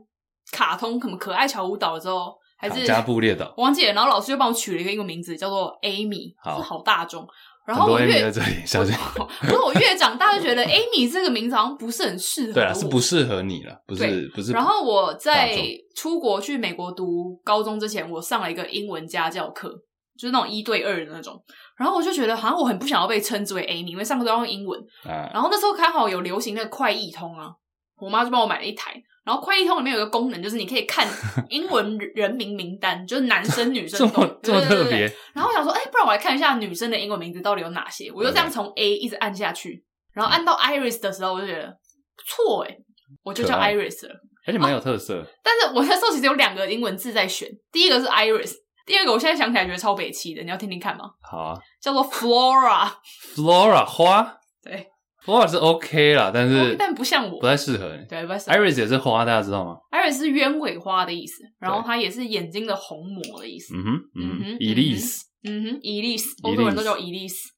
[SPEAKER 2] 卡通什么可爱乔舞蹈之后，还
[SPEAKER 1] 卡
[SPEAKER 2] 是
[SPEAKER 1] 加布列岛，
[SPEAKER 2] 我忘记了，然后老师就帮我取了一个英文名字，叫做 Amy，
[SPEAKER 1] 好
[SPEAKER 2] 是好大众。然
[SPEAKER 1] 很
[SPEAKER 2] 后
[SPEAKER 1] 多
[SPEAKER 2] 我
[SPEAKER 1] 艾米在
[SPEAKER 2] 越
[SPEAKER 1] 这里，小心。
[SPEAKER 2] 不 *laughs* 是我越长大就觉得哎 Amy 这个名字好像不是很适合
[SPEAKER 1] 对啊，
[SPEAKER 2] 我
[SPEAKER 1] 是不适合你了，不是
[SPEAKER 2] 对
[SPEAKER 1] 不是。
[SPEAKER 2] 然后我在
[SPEAKER 1] 大众
[SPEAKER 2] 出国去美国读高中之前，我上了一个英文家教课，就是那种一对二的那种。然后我就觉得好像我很不想要被称之为 Amy，因为上课都要用英文。
[SPEAKER 1] 啊，
[SPEAKER 2] 然后那时候刚好有流行那个快译通啊，我妈就帮我买了一台。然后快译通里面有一个功能，就是你可以看 *laughs* 英文人名名单，就是男生女生
[SPEAKER 1] 这
[SPEAKER 2] 都
[SPEAKER 1] 么这么
[SPEAKER 2] 对对对
[SPEAKER 1] 特
[SPEAKER 2] 对
[SPEAKER 1] 别，
[SPEAKER 2] 然后我想说，哎、不然我来看一下女生的英文名字到底有哪些。我就这样从 A 一直按下去，然后按到 Iris 的时候，我就觉得不错哎、我就叫
[SPEAKER 1] 可爱
[SPEAKER 2] Iris 了。
[SPEAKER 1] 而且蛮有特色。
[SPEAKER 2] 但是我那时候其实有两个英文字在选，第一个是 Iris，第二个我现在想起来觉得超北气的，你要听听看吗？
[SPEAKER 1] 好啊
[SPEAKER 2] 叫
[SPEAKER 1] *laughs*
[SPEAKER 2] 做 Flora，
[SPEAKER 1] ，Flora 花，
[SPEAKER 2] 对
[SPEAKER 1] ，Flora 是 OK 啦，但是
[SPEAKER 2] 哦但不像我
[SPEAKER 1] 不，太适合你。欸
[SPEAKER 2] 对，不是
[SPEAKER 1] Iris 也是花，大家知道吗？
[SPEAKER 2] Iris 是鸢尾花的意思，然后
[SPEAKER 1] 对
[SPEAKER 2] 它也是眼睛的虹膜的意思。
[SPEAKER 1] 嗯哼，嗯
[SPEAKER 2] 嗯
[SPEAKER 1] 哼
[SPEAKER 2] 哼
[SPEAKER 1] ，Elise，
[SPEAKER 2] 嗯哼，伊丽丝，欧洲人都叫伊丽丝。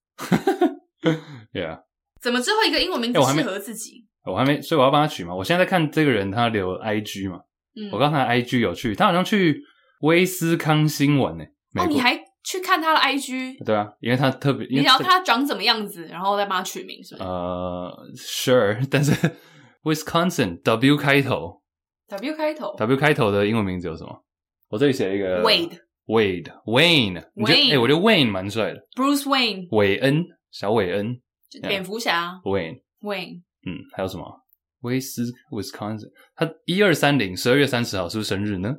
[SPEAKER 1] yeah，
[SPEAKER 2] 怎么最后一个英文名字
[SPEAKER 1] 哎我还没
[SPEAKER 2] 适合自己？
[SPEAKER 1] 啊我还没，所以我要帮他取嘛。我现在在看这个人，他留 IG 嘛，
[SPEAKER 2] 嗯，
[SPEAKER 1] 我刚才 IG 有去，他好像去威斯康星玩呢、欸美
[SPEAKER 2] 哦，
[SPEAKER 1] 国。
[SPEAKER 2] 你还去看他的 IG？
[SPEAKER 1] 对啊，因为他特别，因
[SPEAKER 2] 你
[SPEAKER 1] 为
[SPEAKER 2] 想要
[SPEAKER 1] 这
[SPEAKER 2] 看他长怎么样子，然后再帮他取名，是不是
[SPEAKER 1] 呃，sure，但是 *laughs* Wisconsin *laughs* W 开头
[SPEAKER 2] ？W 开头
[SPEAKER 1] ，W 开头的英文名字有什么？我这里写一个
[SPEAKER 2] Wade
[SPEAKER 1] Wade Wayne，你觉得
[SPEAKER 2] Wayne
[SPEAKER 1] 哎、我觉得 Wayne 蛮帅的，
[SPEAKER 2] Bruce Wayne，
[SPEAKER 1] 韦恩小韦恩
[SPEAKER 2] 就
[SPEAKER 1] Yeah
[SPEAKER 2] 蝙蝠侠
[SPEAKER 1] Wayne，
[SPEAKER 2] Wayne，
[SPEAKER 1] 嗯，还有什么？威斯 Wisconsin，他一二三零，十二月三十号是不是生日呢？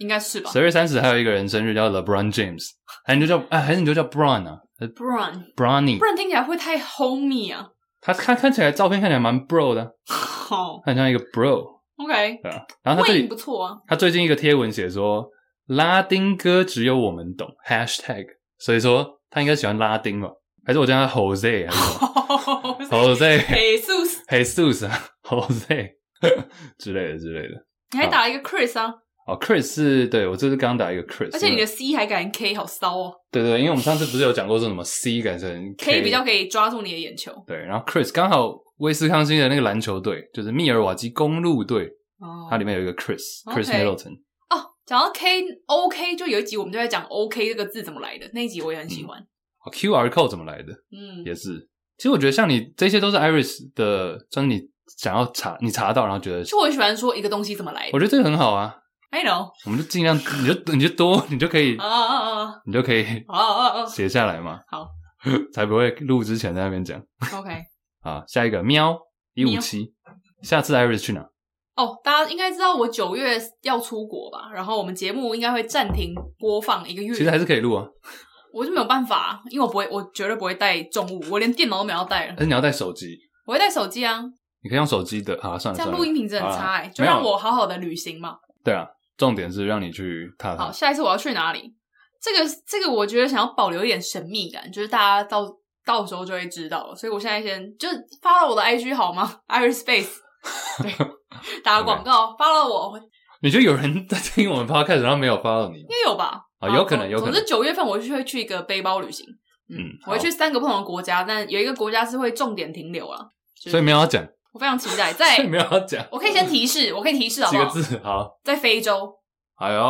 [SPEAKER 2] 应该是吧
[SPEAKER 1] 十二月三十还有一个人生日叫 LeBron James，还是你就叫哎、还是你就叫 Bron 啊呃
[SPEAKER 2] ？Brown，
[SPEAKER 1] ，Bronny，
[SPEAKER 2] 不然听起来会太 homie 啊。
[SPEAKER 1] 他看看起来照片看起来蛮 bro 的，
[SPEAKER 2] 好
[SPEAKER 1] 他很像一个 bro，
[SPEAKER 2] ，OK，
[SPEAKER 1] 对吧？然后他这
[SPEAKER 2] Wayne
[SPEAKER 1] 里
[SPEAKER 2] 不错
[SPEAKER 1] *laughs*
[SPEAKER 2] 啊。
[SPEAKER 1] 他最近一个贴文写说，拉丁歌只有我们懂 #hashtag，所以说他应该喜欢拉丁吧？还是我叫他 Jose 还是什么 Jose
[SPEAKER 2] 北素，
[SPEAKER 1] Jesus 啊 Jose *laughs* 之类的之类的？
[SPEAKER 2] 你还打了一个 Chris 啊，
[SPEAKER 1] 哦，Chris 是对我这是刚打一个 Chris，
[SPEAKER 2] 而且你
[SPEAKER 1] 因
[SPEAKER 2] 的
[SPEAKER 1] 为
[SPEAKER 2] C 还改成 K，好骚哦。
[SPEAKER 1] 对对，因为我们上次不是有讲过说什么 C 改成
[SPEAKER 2] K 比较可以抓住你的眼球
[SPEAKER 1] 对，然后 Chris 刚好威斯康星的那个篮球队就是密尔瓦基公路队，
[SPEAKER 2] 哦
[SPEAKER 1] 它里面有一个 Chris Chris
[SPEAKER 2] OK
[SPEAKER 1] Middleton，
[SPEAKER 2] 哦，讲到 K OK，就有一集我们就在讲 OK 这个字怎么来的，那一集我也很喜欢。
[SPEAKER 1] 哦 QR code 怎么来的？
[SPEAKER 2] 嗯，
[SPEAKER 1] 也是。其实我觉得像你这些都是 Iris 的，就是你想要查，你查到然后觉得，
[SPEAKER 2] 就我很喜欢说一个东西怎么来的
[SPEAKER 1] 我觉得这个很好啊，
[SPEAKER 2] ，I
[SPEAKER 1] *laughs*
[SPEAKER 2] know
[SPEAKER 1] 我们就尽量，你就你就多，你就可以
[SPEAKER 2] 啊，啊啊
[SPEAKER 1] 你就可以
[SPEAKER 2] 啊啊啊啊
[SPEAKER 1] 写下来嘛，
[SPEAKER 2] 好，
[SPEAKER 1] *laughs* 才不会录之前在那边讲
[SPEAKER 2] ，OK。
[SPEAKER 1] 啊。下一个喵一五七，下次 Iris 去哪？
[SPEAKER 2] 哦，大家应该知道我九月要出国吧？然后我们节目应该会暂停播放一个月。
[SPEAKER 1] 其实还是可以录啊，
[SPEAKER 2] 我就没有办法，因为我不会，我绝对不会带重物，我连电脑都没有要带了
[SPEAKER 1] 但，是你要带手机，
[SPEAKER 2] 我会带手机啊。
[SPEAKER 1] 你可以用手机的啊，算了
[SPEAKER 2] 这样
[SPEAKER 1] 算
[SPEAKER 2] 录
[SPEAKER 1] 了
[SPEAKER 2] 音，品质很差哎、
[SPEAKER 1] 啊
[SPEAKER 2] 就让
[SPEAKER 1] 没有
[SPEAKER 2] 我好好的旅行嘛。
[SPEAKER 1] 对啊，重点是让你去踏
[SPEAKER 2] 好，
[SPEAKER 1] 踏，
[SPEAKER 2] 下一次我要去哪里？这个这个，我觉得想要保留一点神秘感，就是大家到到时候就会知道了。所以我现在先就是发了我的 IG 好吗？Iris
[SPEAKER 1] *laughs*
[SPEAKER 2] *laughs* Space，对，打个广告，发了我应
[SPEAKER 1] 你觉得有人在听我们 podcast 然后没有 follow 你吗？
[SPEAKER 2] 该有吧？
[SPEAKER 1] 啊，
[SPEAKER 2] 好
[SPEAKER 1] 有可能，
[SPEAKER 2] 总
[SPEAKER 1] 有可
[SPEAKER 2] 总
[SPEAKER 1] 能
[SPEAKER 2] 之，九月份我就会去一个背包旅行，
[SPEAKER 1] 嗯
[SPEAKER 2] 我会
[SPEAKER 1] 好
[SPEAKER 2] 去三个不同的国家，但有一个国家是会重点停留了，就是
[SPEAKER 1] 所以没有要讲，
[SPEAKER 2] 我非常期待。
[SPEAKER 1] *laughs* 所以
[SPEAKER 2] 在
[SPEAKER 1] 没有要讲，
[SPEAKER 2] 我可以先提示，我可以提示好
[SPEAKER 1] 嗯几
[SPEAKER 2] 不
[SPEAKER 1] 个
[SPEAKER 2] 好？
[SPEAKER 1] 字，好。
[SPEAKER 2] 在非洲，
[SPEAKER 1] 哎呦，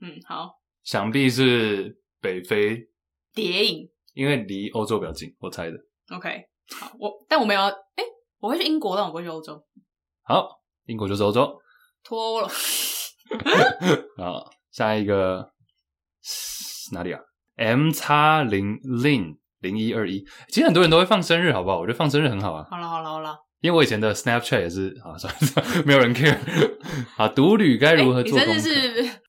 [SPEAKER 2] 嗯，好，
[SPEAKER 1] 想必是北非，
[SPEAKER 2] 谍影
[SPEAKER 1] 因为离欧洲比较近，我猜的。
[SPEAKER 2] ，OK，好，我但我没有要，哎、我会去英国，但我不会去欧洲，
[SPEAKER 1] 好，英国就是欧洲。
[SPEAKER 2] 脱欧了。 *laughs*
[SPEAKER 1] 好，啊下一个哪里啊？M 叉零零零一二一。其实很多人都会放生日，好不好？我觉得放生日很好啊，
[SPEAKER 2] 好了好了好了，
[SPEAKER 1] 因为我以前的 Snapchat 也是啊，算了算了，没有人 care。啊，独旅该如何
[SPEAKER 2] 诶
[SPEAKER 1] 做
[SPEAKER 2] 哎你
[SPEAKER 1] 功
[SPEAKER 2] 真
[SPEAKER 1] 课？
[SPEAKER 2] 的是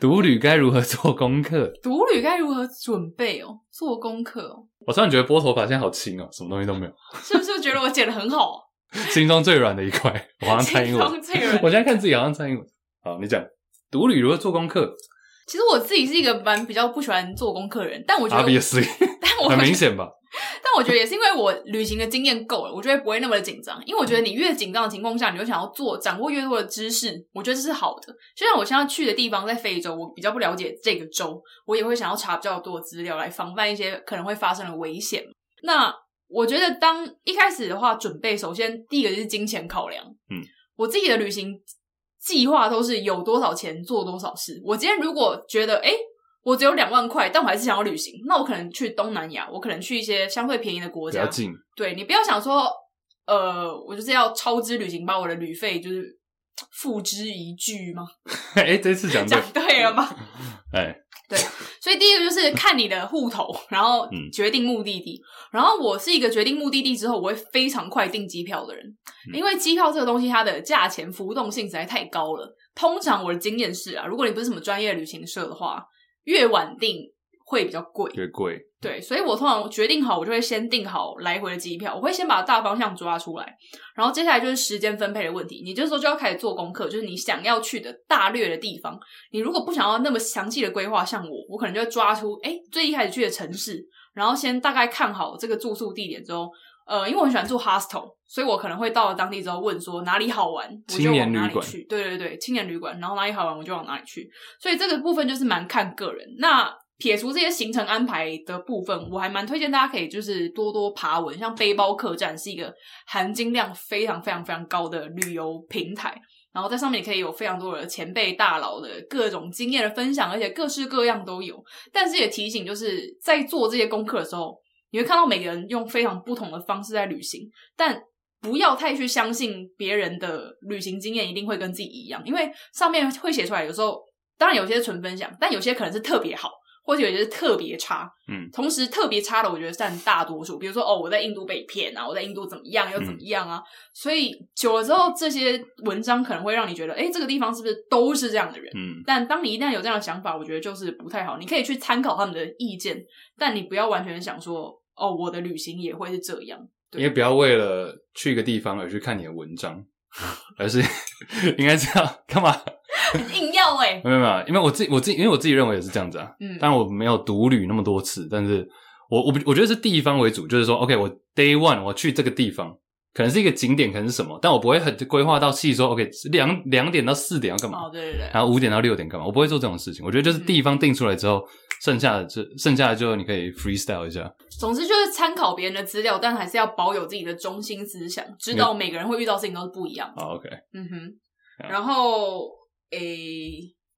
[SPEAKER 1] 独旅该如何做功课？
[SPEAKER 2] 独旅该如何准备哦？做功课哦，
[SPEAKER 1] 我突然觉得拨头发现在好轻哦，什么东西都没有，
[SPEAKER 2] 是不是觉得我剪的很好？啊
[SPEAKER 1] 心中最软的一块。我 *laughs* 好像蔡英文，
[SPEAKER 2] 轻松这个人
[SPEAKER 1] 我现在看自己好像蔡英文。好，你讲独旅如何做功课
[SPEAKER 2] 其实我自己是一个蛮比较不喜欢做功课的人，但我觉得，
[SPEAKER 1] ？Obviously，
[SPEAKER 2] 但 *laughs* 我
[SPEAKER 1] 很明显吧？
[SPEAKER 2] 但我觉得也是因为我旅行的经验够了，我觉得不会那么的紧张。因为我觉得你越紧张的情况下，你就想要做掌握越多的知识，我觉得这是好的。就像我现在去的地方在非洲，我比较不了解这个州，我也会想要查比较多的资料来防范一些可能会发生的危险。那我觉得当一开始的话，准备首先第一个就是金钱考量。
[SPEAKER 1] 嗯，
[SPEAKER 2] 我自己的旅行计划都是有多少钱做多少事。我今天如果觉得诶我只有两万块，但我还是想要旅行。那我可能去东南亚，我可能去一些相对便宜的国
[SPEAKER 1] 比较
[SPEAKER 2] 家。
[SPEAKER 1] 近， *laughs*
[SPEAKER 2] 对你不要想说，呃，我就是要超支旅行，把我的旅费就是付之一炬吗？
[SPEAKER 1] 哎、这次讲对
[SPEAKER 2] *laughs* 讲，对了吧？
[SPEAKER 1] 哎、
[SPEAKER 2] 所以第一个就是看你的户头，然后
[SPEAKER 1] 嗯
[SPEAKER 2] 决定目的地。然后我是一个决定目的地之后，我会非常快订机票的人，
[SPEAKER 1] 嗯
[SPEAKER 2] 因为机票这个东西它的价钱浮动性实在太高了。通常我的经验是啊，如果你不是什么专业旅行社的话，越晚订会比较贵。
[SPEAKER 1] 越贵，
[SPEAKER 2] 对，所以我通常决定好，我就会先订好来回的机票，我会先把大方向抓出来，然后接下来就是时间分配的问题。你这时候就要开始做功课，就是你想要去的大略的地方。你如果不想要那么详细的规划，像我，我可能就会抓出哎最一开始去的城市，然后先大概看好这个住宿地点之后，呃，因为我很喜欢住 hostel，所以我可能会到了当地之后问说哪里好玩，我
[SPEAKER 1] 青
[SPEAKER 2] 就
[SPEAKER 1] 年
[SPEAKER 2] 往哪
[SPEAKER 1] 旅
[SPEAKER 2] 里
[SPEAKER 1] 馆
[SPEAKER 2] 去。对对对，青年旅馆，然后哪里好玩我就往哪里去。所以这个部分就是蛮看个人。那撇除这些行程安排的部分，我还蛮推荐大家可以就是多多爬文，像背包客栈是一个含金量非常非常非常高的旅游平台，然后在上面也可以有非常多的前辈大佬的各种经验的分享，而且各式各样都有。但是也提醒，就是在做这些功课的时候，你会看到每个人用非常不同的方式在旅行，但不要太去相信别人的旅行经验一定会跟自己一样，因为上面会写出来，有时候当然有些是纯分享，但有些可能是特别好，或者有些是特别差。
[SPEAKER 1] 嗯
[SPEAKER 2] 同时特别差的，我觉得占大多数。比如说，哦，我在印度被骗啊，我在印度怎么样又怎么样啊，所以久了之后，这些文章可能会让你觉得，哎、这个地方是不是都是这样的人？
[SPEAKER 1] 嗯，
[SPEAKER 2] 但当你一旦有这样的想法，我觉得就是不太好。你可以去参考他们的意见，但你不要完全想说，哦，我的旅行也会是这样。 *laughs* 对
[SPEAKER 1] 也不要为了去一个地方而去看你的文
[SPEAKER 2] *laughs*
[SPEAKER 1] 章，而是应该这样干嘛？
[SPEAKER 2] 硬要哎、
[SPEAKER 1] 没有没有，因为我自己我自己因为我自己认为也是这样子啊。
[SPEAKER 2] 嗯
[SPEAKER 1] 当然我没有独旅那么多次，但是我我我觉得是地方为主，就是说，OK，我 day one 我去这个地方，可能是一个景点，可能是什么，但我不会很规划到细说，OK，两两点到四点要干嘛，
[SPEAKER 2] 哦，对对对，
[SPEAKER 1] 然后五点到六点干嘛，我不会做这种事情。我觉得就是
[SPEAKER 2] 嗯
[SPEAKER 1] 地方定出来之后，剩下的就剩下的就你可以 freestyle 一下。
[SPEAKER 2] 总之就是参考别人的资料，但还是要保有自己的中心思想，知道每个人会遇到事情都是不一样的。
[SPEAKER 1] 好，OK，
[SPEAKER 2] 嗯哼，
[SPEAKER 1] 啊
[SPEAKER 2] 然后诶、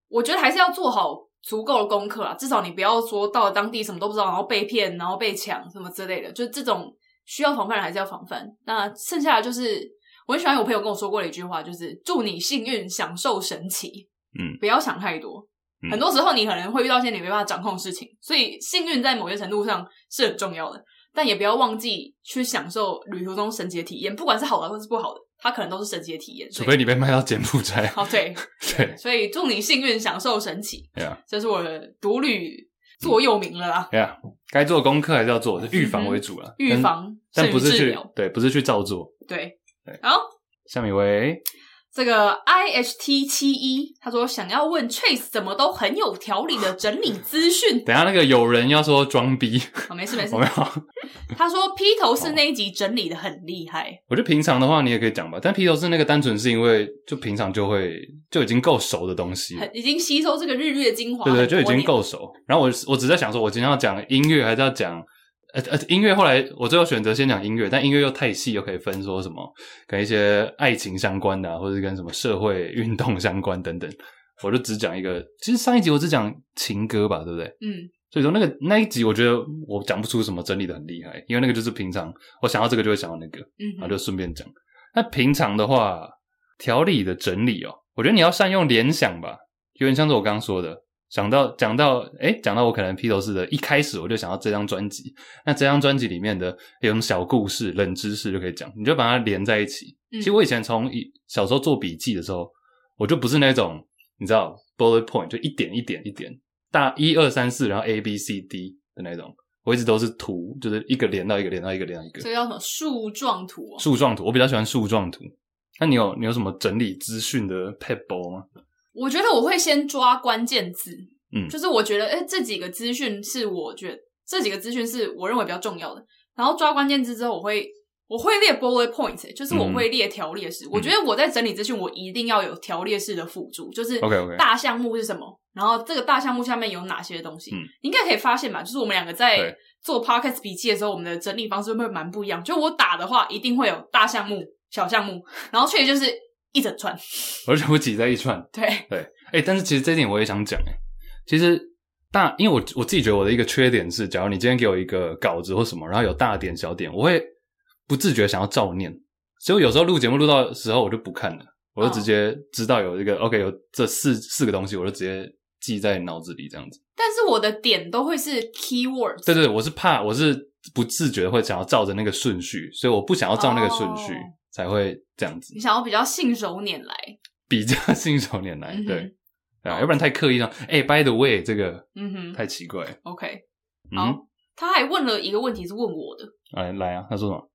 [SPEAKER 2] 我觉得还是要做好足够的功课啊，至少你不要说到了当地什么都不知道，然后被骗，然后被抢什么之类的，就这种需要防范的还是要防范。那剩下的就是，我很喜欢有朋友跟我说过的一句话，就是祝你幸运，享受神奇。
[SPEAKER 1] 嗯，
[SPEAKER 2] 不要想太多。
[SPEAKER 1] 嗯
[SPEAKER 2] 很多时候你可能会遇到一些你没办法掌控的事情，所以幸运在某些程度上是很重要的，但也不要忘记去享受旅途中神奇的体验，不管是好的或是不好的，它可能都是神奇的体验。
[SPEAKER 1] 除
[SPEAKER 2] 所以
[SPEAKER 1] 非你被卖到柬埔寨，
[SPEAKER 2] 哦，对，
[SPEAKER 1] *laughs* 对，
[SPEAKER 2] 所以祝你幸运，享受神奇。
[SPEAKER 1] 对啊，
[SPEAKER 2] 这是我的独旅座右铭了啦，
[SPEAKER 1] 对啊，该做的功课还是要做，预防为主了，
[SPEAKER 2] 嗯预
[SPEAKER 1] 但
[SPEAKER 2] 防
[SPEAKER 1] 嗯但
[SPEAKER 2] 胜于
[SPEAKER 1] 不是
[SPEAKER 2] 治
[SPEAKER 1] 去
[SPEAKER 2] 疗。
[SPEAKER 1] 对，不是去照做。
[SPEAKER 2] 对
[SPEAKER 1] 对，
[SPEAKER 2] 好，
[SPEAKER 1] 下面一位，
[SPEAKER 2] 这个 I H T 七一他说想要问 Trace 怎么都很有条理的整理资
[SPEAKER 1] *laughs*
[SPEAKER 2] 讯。
[SPEAKER 1] 等一下那个有人要说装
[SPEAKER 2] *laughs*
[SPEAKER 1] 逼，
[SPEAKER 2] 好，没事没事
[SPEAKER 1] 我。没有。 *laughs*
[SPEAKER 2] 他说披头士那一集整理的很厉害，
[SPEAKER 1] 我觉得平常的话你也可以讲吧，但披头士那个单纯是因为就平常就会就已经够熟的东西，
[SPEAKER 2] 很已经吸收这个日月精华
[SPEAKER 1] 对
[SPEAKER 2] 很多
[SPEAKER 1] 哦对，
[SPEAKER 2] 年，
[SPEAKER 1] 就已经够熟。然后我我只在想说，我今天要讲音乐还是要讲呃呃音乐？后来我最后选择先讲音乐，但音乐又太细，又可以分说什么跟一些爱情相关的、啊，或者是跟什么社会运动相关等等。我就只讲一个，其实上一集我只讲情歌吧，对不对？
[SPEAKER 2] 嗯，
[SPEAKER 1] 所以说那个那一集，我觉得我讲不出什么整理的很厉害，因为那个就是平常我想到这个就会想到那个，
[SPEAKER 2] 嗯
[SPEAKER 1] 然后
[SPEAKER 2] 哼，
[SPEAKER 1] 啊就顺便讲。那平常的话，条理的整理哦，我觉得你要善用联想吧，有点像是我刚刚说的，想到讲到哎，讲到我可能披头士的一开始，我就想到这张专辑，那这张专辑里面的有种小故事、冷知识就可以讲，你就把它连在一起。
[SPEAKER 2] 嗯
[SPEAKER 1] 其实我以前从以小时候做笔记的时候，我就不是那种你知道 bullet point 就一点一点一点，大一二三四，然后 A B C D 的那种，我一直都是图，就是一个连到一个，连到一个，连到一个。
[SPEAKER 2] 这个叫什么树状图哦。
[SPEAKER 1] 树状图，我比较喜欢树状图。那你有你有什么整理资讯的 pebble 吗？
[SPEAKER 2] 我觉得我会先抓关键字，
[SPEAKER 1] 嗯
[SPEAKER 2] 就是我觉得，哎、这几个资讯是我觉得这几个资讯是我认为比较重要的。然后抓关键字之后，我会我会列 bullet points，、就是
[SPEAKER 1] 嗯
[SPEAKER 2] 我会列条列式。我觉得我在整理资讯，我一定要有条列式的辅助，就是
[SPEAKER 1] OK，OK
[SPEAKER 2] 大项目是什么，然后这个大项目下面有哪些东西，
[SPEAKER 1] 嗯
[SPEAKER 2] 你应该可以发现吧？就是我们两个在
[SPEAKER 1] 对
[SPEAKER 2] 做 podcast 笔记的时候，我们的整理方式会蛮不一样。就我打的话，一定会有大项目、小项目，然后确实就是一整串，
[SPEAKER 1] 我全部挤在一串。
[SPEAKER 2] 对，
[SPEAKER 1] 对，哎、但是其实这一点我也想讲，哎，其实大，因为我我自己觉得我的一个缺点是，假如你今天给我一个稿子或什么，然后有大点小点，我会不自觉想要照念，所以我有时候录节目录到的时候我就不看了，我就直接知道有一个、OK 有这四四个东西，我就直接记在脑子里这样子。
[SPEAKER 2] 但是我的点都会是 keywords。
[SPEAKER 1] 对对，对我是怕我是不自觉会想要照着那个顺序，所以我不想要照那个顺序、
[SPEAKER 2] 哦
[SPEAKER 1] 才会这样子，
[SPEAKER 2] 你想要比较信手拈来，
[SPEAKER 1] 比较 *laughs* 信手拈来。
[SPEAKER 2] 嗯哼
[SPEAKER 1] 对啊，要不然太刻意了。哎、b y the way，这个
[SPEAKER 2] 嗯哼
[SPEAKER 1] 太奇怪了。
[SPEAKER 2] ，OK，好、
[SPEAKER 1] 嗯，
[SPEAKER 2] 他还问了一个问题，是问我的。
[SPEAKER 1] 来来啊，他说什么？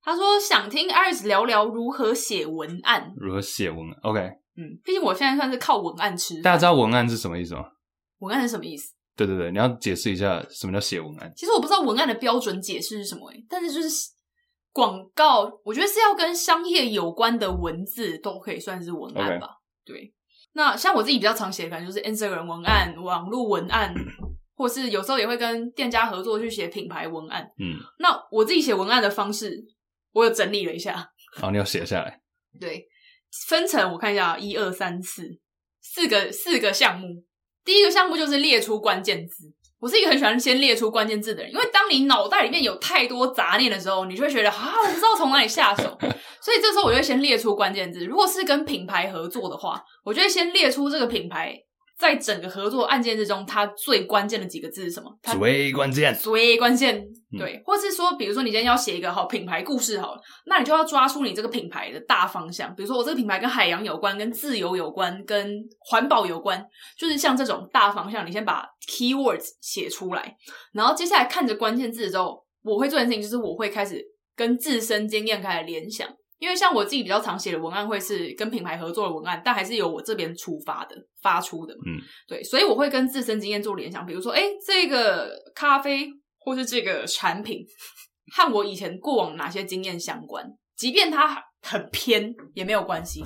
[SPEAKER 2] 他说想听 Iris 聊聊如何写文案。
[SPEAKER 1] 如何写文案？OK，
[SPEAKER 2] 嗯，毕竟我现在算是靠文案吃饭。
[SPEAKER 1] 大家知道文案是什么意思吗？
[SPEAKER 2] 文案是什么意思？
[SPEAKER 1] 对对对，你要解释一下什么叫写文案。
[SPEAKER 2] 其实我不知道文案的标准解释是什么、欸，但是就是广告，我觉得是要跟商业有关的文字都可以算是文案
[SPEAKER 1] OK
[SPEAKER 2] 吧。对，那像我自己比较常写的，可能就是 Instagram 文案、网络文案，或是有时候也会跟店家合作去写品牌文案。
[SPEAKER 1] 嗯，
[SPEAKER 2] 那我自己写文案的方式，我有整理了一下，
[SPEAKER 1] 好，你要写下来。
[SPEAKER 2] 对，分成我看一下啊，一二三四四个四个项目。第一个项目就是列出关键字。我是一个很喜欢先列出关键字的人，因为当你脑袋里面有太多杂念的时候，你就会觉得啊，我不知道从哪里下手，所以这时候我就会先列出关键字。如果是跟品牌合作的话，我就会先列出这个品牌在整个合作案件之中，它最关键的几个字是什么？它
[SPEAKER 1] 最关键，
[SPEAKER 2] 最关键，
[SPEAKER 1] 嗯
[SPEAKER 2] 对，或是说，比如说你今天要写一个好品牌故事好了，那你就要抓出你这个品牌的大方向，比如说我这个品牌跟海洋有关，跟自由有关，跟环保有关，就是像这种大方向，你先把 keywords 写出来，然后接下来看着关键字之后，我会做的事情就是我会开始跟自身经验开始联想，因为像我自己比较常写的文案会是跟品牌合作的文案，但还是由我这边出发的发出的嘛，
[SPEAKER 1] 嗯，
[SPEAKER 2] 对，所以我会跟自身经验做联想，比如说，哎，这个咖啡或是这个产品和我以前过往哪些经验相关，即便它很偏也没有关系。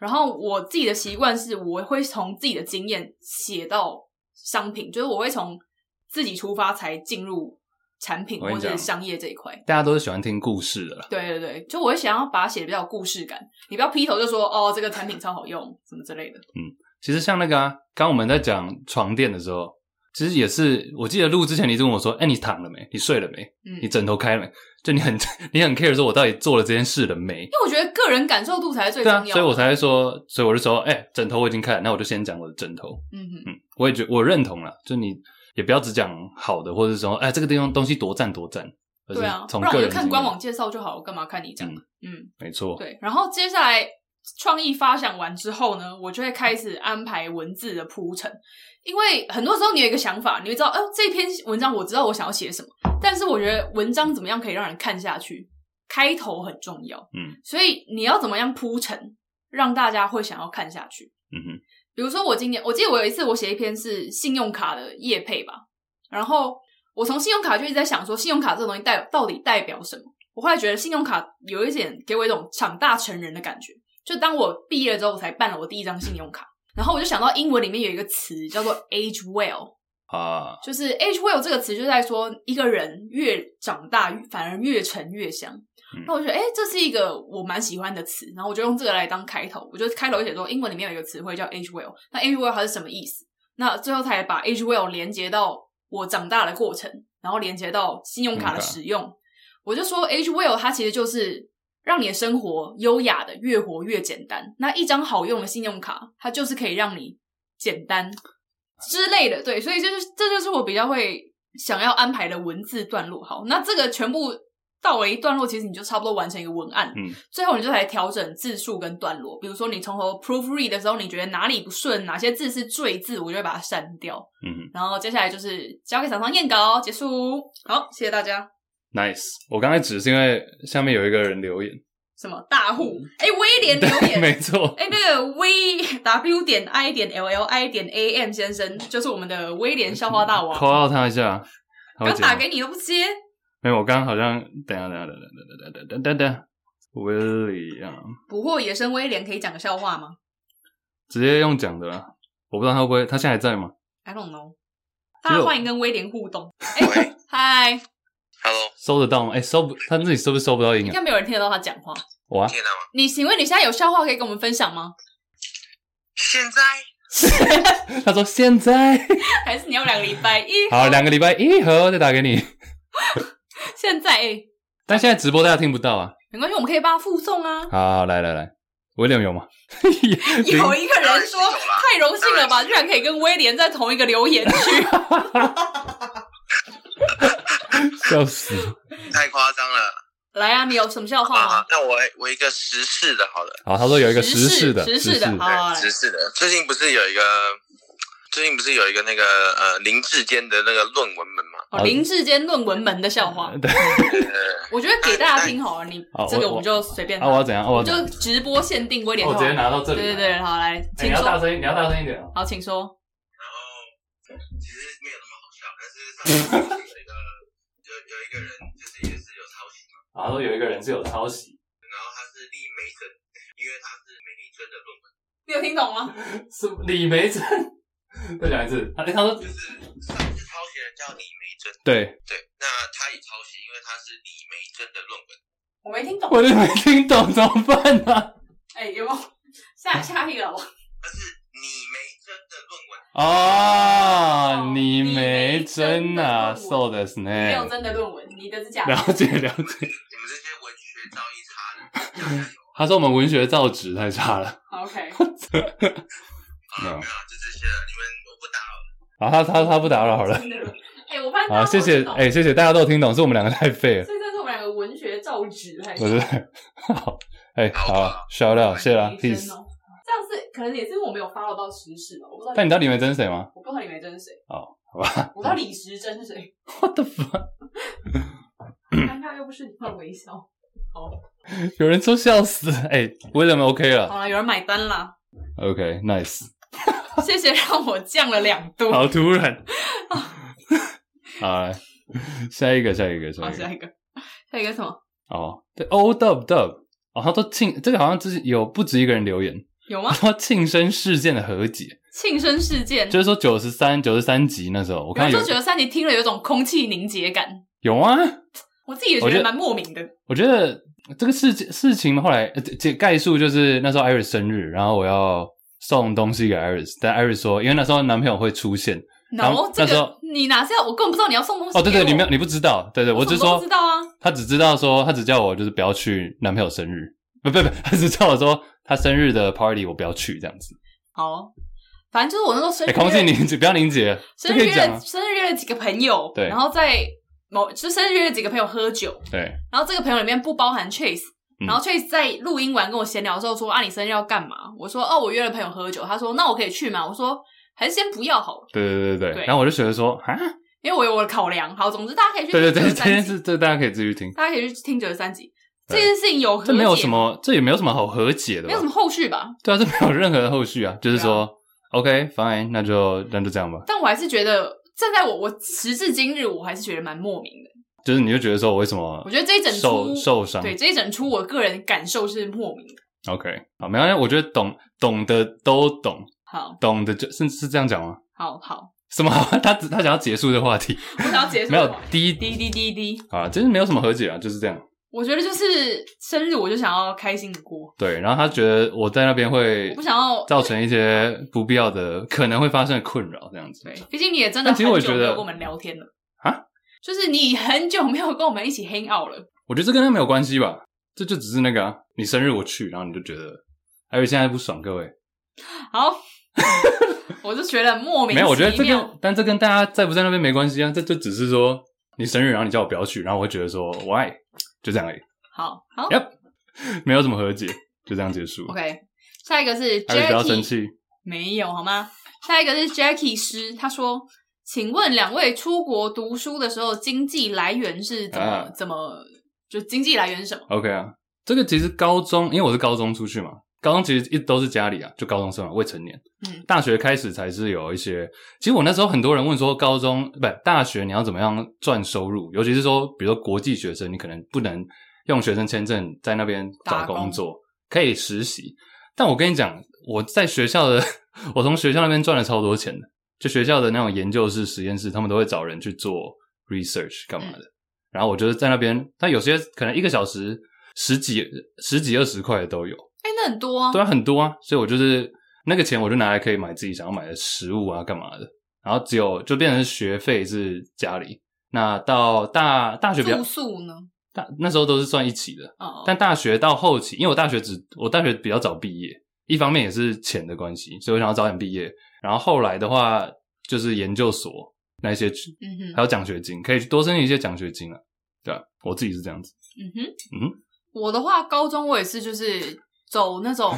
[SPEAKER 2] 然后我自己的习惯是，我会从自己的经验写到商品，就是我会从自己出发才进入产品
[SPEAKER 1] 我
[SPEAKER 2] 或
[SPEAKER 1] 跟你
[SPEAKER 2] 者
[SPEAKER 1] 讲
[SPEAKER 2] 是商业这一块。
[SPEAKER 1] 大家都是喜欢听故事的啦。
[SPEAKER 2] 对对对，就我会想要把它写的比较有故事感，你不要劈头就说哦这个产品超好用什么之类的。
[SPEAKER 1] 其实像那个啊，刚我们在讲床垫的时候，其实也是，我记得录之前你就问我说：“哎、你躺了没？你睡了没？
[SPEAKER 2] 嗯，
[SPEAKER 1] 你枕头开了没？”就你很 *laughs* 你很 care 说，我到底做了这件事了没？
[SPEAKER 2] 因为我觉得个人感受度才是最
[SPEAKER 1] 对
[SPEAKER 2] 重要
[SPEAKER 1] 啊，
[SPEAKER 2] 的。
[SPEAKER 1] 所以我才会说，所以我就说，哎、枕头我已经开了，那我就先讲我的枕头。
[SPEAKER 2] 嗯哼。
[SPEAKER 1] 嗯，我也觉我认同了，就你也不要只讲好的，或者说，哎、这个地方东西多赞多赞，而
[SPEAKER 2] 对啊
[SPEAKER 1] 是，从
[SPEAKER 2] 不然我
[SPEAKER 1] 个
[SPEAKER 2] 就
[SPEAKER 1] 人
[SPEAKER 2] 看
[SPEAKER 1] 经
[SPEAKER 2] 官
[SPEAKER 1] 验
[SPEAKER 2] 网，介绍就好，我干嘛看你讲？嗯，
[SPEAKER 1] 没错，
[SPEAKER 2] 对。然后接下来创意发想完之后呢，我就会开始安排文字的铺陈，因为很多时候你有一个想法，你会知道，哦、这篇文章我知道我想要写什么，但是我觉得文章怎么样可以让人看下去，开头很重要，
[SPEAKER 1] 嗯，
[SPEAKER 2] 所以你要怎么样铺陈，让大家会想要看下去。
[SPEAKER 1] 嗯哼，
[SPEAKER 2] 比如说我今年，我记得我有一次我写一篇是信用卡的业配吧，然后我从信用卡就一直在想说，信用卡这个东西代到底代表什么？我后来觉得信用卡有一点给我一种长大成人的感觉，就当我毕业之后，我才办了我第一张信用卡，然后我就想到英文里面有一个词叫做 age well，
[SPEAKER 1] 啊，
[SPEAKER 2] 就是 age well 这个词就在说一个人越长大反而越沉越香。
[SPEAKER 1] 嗯
[SPEAKER 2] 那我就觉得，哎、这是一个我蛮喜欢的词，然后我就用这个来当开头。我就开头就写说，英文里面有一个词汇叫 age well，那 age well 它是什么意思？那最后才把 age well 连接到我长大的过程，然后连接到信用卡的使用。我就说 age well 它其实就是让你的生活优雅的越活越简单。那一张好用的信用卡，它就是可以让你简单之类的。对，所以就是这就是我比较会想要安排的文字段落。好，那这个全部到了一段落，其实你就差不多完成一个文案。
[SPEAKER 1] 嗯，
[SPEAKER 2] 最后你就来调整字数跟段落。比如说你从头 proofread 的时候，你觉得哪里不顺，哪些字是赘字，我就会把它删掉。
[SPEAKER 1] 嗯哼
[SPEAKER 2] 然后接下来就是交给厂商验稿，结束。好，谢谢大家。
[SPEAKER 1] ，nice。我刚才只是因为下面有一个人留言，
[SPEAKER 2] 什么大户？哎、威廉
[SPEAKER 1] *laughs*
[SPEAKER 2] 留言，
[SPEAKER 1] 没错，
[SPEAKER 2] 哎，那个 V W 点 I 点 L L I 点 A M 先生，就是我们的威廉笑话大
[SPEAKER 1] 扣
[SPEAKER 2] 王，
[SPEAKER 1] 号他一下，他会
[SPEAKER 2] 刚
[SPEAKER 1] 接
[SPEAKER 2] 打
[SPEAKER 1] 吗
[SPEAKER 2] 给你都不接，
[SPEAKER 1] 没有，我刚刚好像等一下等一下等一下等一下等一下等一下等一下等一下，William
[SPEAKER 2] 捕获野生威廉可以讲个笑话吗
[SPEAKER 1] 直接用讲的啦，我不知道他会不会，他现在还在吗？
[SPEAKER 2] ？I don't know。
[SPEAKER 1] 其
[SPEAKER 2] 大
[SPEAKER 1] 实
[SPEAKER 2] 家
[SPEAKER 1] 我
[SPEAKER 2] 欢迎跟威廉互动。哎
[SPEAKER 3] 喂
[SPEAKER 2] 嗨，
[SPEAKER 3] ，Hello，
[SPEAKER 1] 收得
[SPEAKER 2] *laughs*
[SPEAKER 1] 到吗？哎、收不，他自己收不收不到音
[SPEAKER 2] 应
[SPEAKER 1] 啊？
[SPEAKER 2] 该没有人听得到他讲话。
[SPEAKER 1] 哇，
[SPEAKER 3] 听得到吗？
[SPEAKER 2] 你请问你现在有笑话可以跟我们分享吗？
[SPEAKER 3] 现在
[SPEAKER 1] 他说现在
[SPEAKER 2] 还是你要两个礼拜一？
[SPEAKER 1] 好，两个礼拜以后再打给你， *laughs*
[SPEAKER 2] 现在哎、
[SPEAKER 1] 但现在直播大家听不到啊。
[SPEAKER 2] 没关系，我们可以帮他附送啊。
[SPEAKER 1] 好，好来来来，William 有吗？
[SPEAKER 2] 有一个人说
[SPEAKER 3] 当然是有啦
[SPEAKER 2] 太荣幸了吧，居然可以跟威廉在同一个留言区。
[SPEAKER 1] 笑死！
[SPEAKER 3] 太夸张了
[SPEAKER 2] 来啊，你有什么笑话
[SPEAKER 3] 啊
[SPEAKER 2] 吗？！
[SPEAKER 3] 那我我一个时事的，好了，
[SPEAKER 1] 好，他说有一个
[SPEAKER 2] 时
[SPEAKER 1] 时
[SPEAKER 2] 事
[SPEAKER 1] 事的，
[SPEAKER 2] 时事的好啊来
[SPEAKER 3] 对，时事的。最近不是有一个，最近不是有一个那个呃林志坚的那个论文门吗？
[SPEAKER 2] 哦，林志坚论文门的笑话。
[SPEAKER 1] *laughs* 对，
[SPEAKER 3] 呃，
[SPEAKER 2] 我觉得给大家听好了，你
[SPEAKER 1] 哎好
[SPEAKER 2] 这个
[SPEAKER 1] 我
[SPEAKER 2] 我们就随便拿，
[SPEAKER 1] 啊，我要怎样？啊我
[SPEAKER 2] 我
[SPEAKER 1] 要
[SPEAKER 2] 们
[SPEAKER 1] 怎样
[SPEAKER 2] 就直播限定威廉
[SPEAKER 1] 我
[SPEAKER 2] 号。
[SPEAKER 1] 直接拿到这
[SPEAKER 2] 对
[SPEAKER 1] 里。
[SPEAKER 2] 对对，
[SPEAKER 1] 哎
[SPEAKER 2] 好来，
[SPEAKER 1] 你
[SPEAKER 2] 请
[SPEAKER 1] 要大
[SPEAKER 2] 说。
[SPEAKER 1] 声，你要大声一点哦。
[SPEAKER 2] 好，请说。
[SPEAKER 3] 然后其实没有那么好笑，但是上面有一个有有一个人就是也是有抄袭嘛，
[SPEAKER 1] 好，他说有一个人是有抄袭，
[SPEAKER 3] 然后他是立梅珍，因为他是美丽珍的论文，
[SPEAKER 2] 你有听懂吗？
[SPEAKER 1] 是李梅珍。再讲一次，他哎他说
[SPEAKER 3] 就是算是抄抄袭人叫李梅珍，
[SPEAKER 1] 对，
[SPEAKER 3] 对，那他也抄袭，因为他是李梅珍的论文。
[SPEAKER 2] 我没听懂。
[SPEAKER 1] 我就没听懂，怎么办呢、啊？
[SPEAKER 2] 哎、有没有下下一个好不好？
[SPEAKER 3] 但是李梅珍的论文，
[SPEAKER 1] 哦，你没真啊，
[SPEAKER 2] 你没真的
[SPEAKER 1] そうです
[SPEAKER 2] 没有
[SPEAKER 1] ね。
[SPEAKER 2] 真的论文，你的是假的。
[SPEAKER 1] 了解了解，
[SPEAKER 3] 你们这些文学造诣差的，加油！
[SPEAKER 1] 他说我们文学造纸太差了。
[SPEAKER 2] OK，
[SPEAKER 3] 好啊了，没有，就这些了，你们我不打扰了。
[SPEAKER 1] 啊，他他他不打扰好了。
[SPEAKER 2] 真的论文。哎、我发现大
[SPEAKER 1] 好，
[SPEAKER 2] 家都
[SPEAKER 1] 谢谢，
[SPEAKER 2] 懂
[SPEAKER 1] 哎、谢谢大家都听懂，是我们两个太废了。
[SPEAKER 2] 所以这是我们两个文学造纸还
[SPEAKER 1] 我
[SPEAKER 2] 是
[SPEAKER 1] 是好，哎、好，shout out，谢啦
[SPEAKER 2] 女
[SPEAKER 1] ，peace
[SPEAKER 2] 生。哦？这样是可能也是因为我没有 follow 到时事吧，我不知道。
[SPEAKER 1] 但你知道李梅珍是谁吗？
[SPEAKER 2] 我不知道李梅珍是谁。
[SPEAKER 1] 哦，好吧。
[SPEAKER 2] 我知道李时珍是
[SPEAKER 1] *laughs*
[SPEAKER 2] 谁。
[SPEAKER 1] What the fuck？
[SPEAKER 2] 尴尬又不是你的微笑。
[SPEAKER 1] 有人说笑死。哎、w i l l i a m OK 了
[SPEAKER 2] 好了，有人买单啦，
[SPEAKER 1] ，OK，nice、
[SPEAKER 2] *laughs* 谢谢让我降了两度。
[SPEAKER 1] 好突
[SPEAKER 2] *laughs*
[SPEAKER 1] 然。好，来下一个，下一个，下
[SPEAKER 2] 好，
[SPEAKER 1] 一个
[SPEAKER 2] 哦下。一个，下一个什么？
[SPEAKER 1] 哦，对，O Dub Dub，哦，他说庆，这个好像之前有不止一个人留言，
[SPEAKER 2] 有吗 *laughs*
[SPEAKER 1] 他？说庆生事件的和解，
[SPEAKER 2] 庆生事件。
[SPEAKER 1] 就是说九十三、九十三集那时候，我
[SPEAKER 2] 有
[SPEAKER 1] 看
[SPEAKER 2] 人
[SPEAKER 1] 有
[SPEAKER 2] 说觉得三级听了有一种空气凝结感，
[SPEAKER 1] 有啊，
[SPEAKER 2] 我自己也
[SPEAKER 1] 我
[SPEAKER 2] 觉
[SPEAKER 1] 觉得
[SPEAKER 2] 得蛮莫名的。
[SPEAKER 1] 我觉得这个事情事情后来呃这概述就是那时候 Iris 生日，然后我要送东西给 Iris，但 Iris 说因为那时候男朋友会出现，
[SPEAKER 2] 然
[SPEAKER 1] 然
[SPEAKER 2] 后
[SPEAKER 1] 后
[SPEAKER 2] 这
[SPEAKER 1] 那时候
[SPEAKER 2] 个你哪是要？我根本不知道你要送东西。
[SPEAKER 1] 哦，对对，你没
[SPEAKER 2] 有
[SPEAKER 1] 有，，你不知道，对对，
[SPEAKER 2] 我
[SPEAKER 1] 我
[SPEAKER 2] 什
[SPEAKER 1] 只
[SPEAKER 2] 么
[SPEAKER 1] 是
[SPEAKER 2] 都
[SPEAKER 1] 说
[SPEAKER 2] 不知道啊。
[SPEAKER 1] 他只知道说他只叫我就是不要去男朋友生日， *laughs* 不不不，他只叫我说他生日的 party 我不要去这样子。
[SPEAKER 2] 好，反正就是我那时候生
[SPEAKER 1] 哎、
[SPEAKER 2] 日
[SPEAKER 1] 空气
[SPEAKER 2] 约，
[SPEAKER 1] 凝结，不要凝结，这
[SPEAKER 2] 生
[SPEAKER 1] 可
[SPEAKER 2] 日
[SPEAKER 1] 以讲
[SPEAKER 2] 约
[SPEAKER 1] 啊。
[SPEAKER 2] 生日约了几个朋友，
[SPEAKER 1] 对
[SPEAKER 2] 然后在某就生日约了几个朋友喝酒，
[SPEAKER 1] 对，
[SPEAKER 2] 然后这个朋友里面不包含 Chase。
[SPEAKER 1] 嗯
[SPEAKER 2] 然后 Chase 在录音完跟我闲聊的时候说：“啊，你生日要干嘛？”我说：“哦，我约了朋友喝酒。”他说：“那我可以去吗？”我说：“还是先不要好了，
[SPEAKER 1] 对对对对
[SPEAKER 2] 对
[SPEAKER 1] 对。然后我就觉得说啊，
[SPEAKER 2] 因为我有我的考量。”好，总之大家可以去
[SPEAKER 1] 对对对，
[SPEAKER 2] 听
[SPEAKER 1] 这
[SPEAKER 2] 93
[SPEAKER 1] 件
[SPEAKER 2] 集
[SPEAKER 1] 事这大家可以继续听，
[SPEAKER 2] 大家可以去听九十三集。这
[SPEAKER 1] 对
[SPEAKER 2] 件事情有和解
[SPEAKER 1] 这没有什么，这也没有什么好和解的
[SPEAKER 2] 没
[SPEAKER 1] 吧
[SPEAKER 2] 有什？么后续吧？
[SPEAKER 1] 对啊，这没有任何的后续啊，就是
[SPEAKER 2] 对啊
[SPEAKER 1] 说、OK fine，那就那就这样吧。
[SPEAKER 2] 但我还是觉得，站在我我时至今日，我还是觉得蛮莫名的。
[SPEAKER 1] 就是你就觉得说我为什么
[SPEAKER 2] 我觉得这一整出
[SPEAKER 1] 受受伤
[SPEAKER 2] 对这一整出，我个人感受是莫名的。
[SPEAKER 1] OK 好，没关系，我觉得懂懂的都懂，
[SPEAKER 2] 好，
[SPEAKER 1] 懂的就是是这样讲吗？
[SPEAKER 2] 好，好，
[SPEAKER 1] 什么？ *laughs* 他只他想要结束的话
[SPEAKER 2] *laughs*
[SPEAKER 1] 题，
[SPEAKER 2] 我想要结束
[SPEAKER 1] 没
[SPEAKER 2] 了
[SPEAKER 1] 有
[SPEAKER 2] 吧。
[SPEAKER 1] 第一
[SPEAKER 2] 滴滴滴滴，
[SPEAKER 1] 啊，真是没有什么和解啊，就是这样。
[SPEAKER 2] 我觉得就是生日，我就想要开心的过，
[SPEAKER 1] 对，然后他觉得我在那边
[SPEAKER 2] 我
[SPEAKER 1] 会
[SPEAKER 2] 不想要
[SPEAKER 1] 造成一些不必要的可能会发生的困扰，这样子。
[SPEAKER 2] 对，毕竟你也真的
[SPEAKER 1] 但
[SPEAKER 2] 很
[SPEAKER 1] 其实
[SPEAKER 2] 久没
[SPEAKER 1] 我
[SPEAKER 2] 有
[SPEAKER 1] 觉得
[SPEAKER 2] 跟我们聊天了
[SPEAKER 1] 啊，
[SPEAKER 2] *laughs* 就是你很久没有跟我们一起 hang out 了。
[SPEAKER 1] 我觉得这跟他没有关系吧，这就只是那个、啊、你生日我去，然后你就觉得，还有现在不爽，各位
[SPEAKER 2] 好，我就觉得莫名
[SPEAKER 1] 没有，我觉得
[SPEAKER 2] 其
[SPEAKER 1] 这
[SPEAKER 2] 妙
[SPEAKER 1] 跟但这跟大家在不在那边没关系啊，这就只是说你生日，然后你叫我不要去，然后我会觉得说 why 就这样而已，
[SPEAKER 2] 好好
[SPEAKER 1] Yep 没有什么和解，就这样结束。
[SPEAKER 2] OK，下一个是
[SPEAKER 1] 还是不要生
[SPEAKER 2] Jackie，
[SPEAKER 1] 气，
[SPEAKER 2] 没有好吗？下一个是 Jackie 师，他说：“请问两位出国读书的时候，经济来源是怎么、
[SPEAKER 1] 啊
[SPEAKER 2] 怎么？就经济来源是什么？
[SPEAKER 1] OK 啊，这个其实高中，因为我是高中出去嘛，高中其实一直都是家里啊，就高中生嘛，未成年。
[SPEAKER 2] 嗯
[SPEAKER 1] 大学开始才是有一些，其实我那时候很多人问说，高中不大学你要怎么样赚收入，尤其是说，比如说国际学生，你可能不能用学生签证在那边
[SPEAKER 2] 打
[SPEAKER 1] 找
[SPEAKER 2] 工
[SPEAKER 1] 工作，可以实习。但我跟你讲，我在学校的， *laughs* 我从学校那边赚了超多钱的，就学校的那种研究室、实验室，他们都会找人去做 research 干嘛的。然后我就是在那边，但有些可能一个小时十几、十几、二十块的都有，
[SPEAKER 2] 哎、那很多啊，
[SPEAKER 1] 对啊，很多啊。所以我就是那个钱，我就拿来可以买自己想要买的食物啊，干嘛的。然后只有就变成学费是家里，那到大大学比较
[SPEAKER 2] 住宿呢？
[SPEAKER 1] 大那时候都是算一起的，
[SPEAKER 2] 哦，
[SPEAKER 1] 但大学到后期，因为我大学只我大学比较早毕业，一方面也是钱的关系，所以我想要早点毕业。然后后来的话，就是研究所那一些
[SPEAKER 2] 嗯
[SPEAKER 1] 还
[SPEAKER 2] 哼，
[SPEAKER 1] 有奖学金，可以多申请一些奖学金啊。对啊，我自己是这样子。
[SPEAKER 2] 嗯哼，
[SPEAKER 1] 嗯哼
[SPEAKER 2] 我的话，高中我也是就是走
[SPEAKER 1] *laughs*
[SPEAKER 2] 那种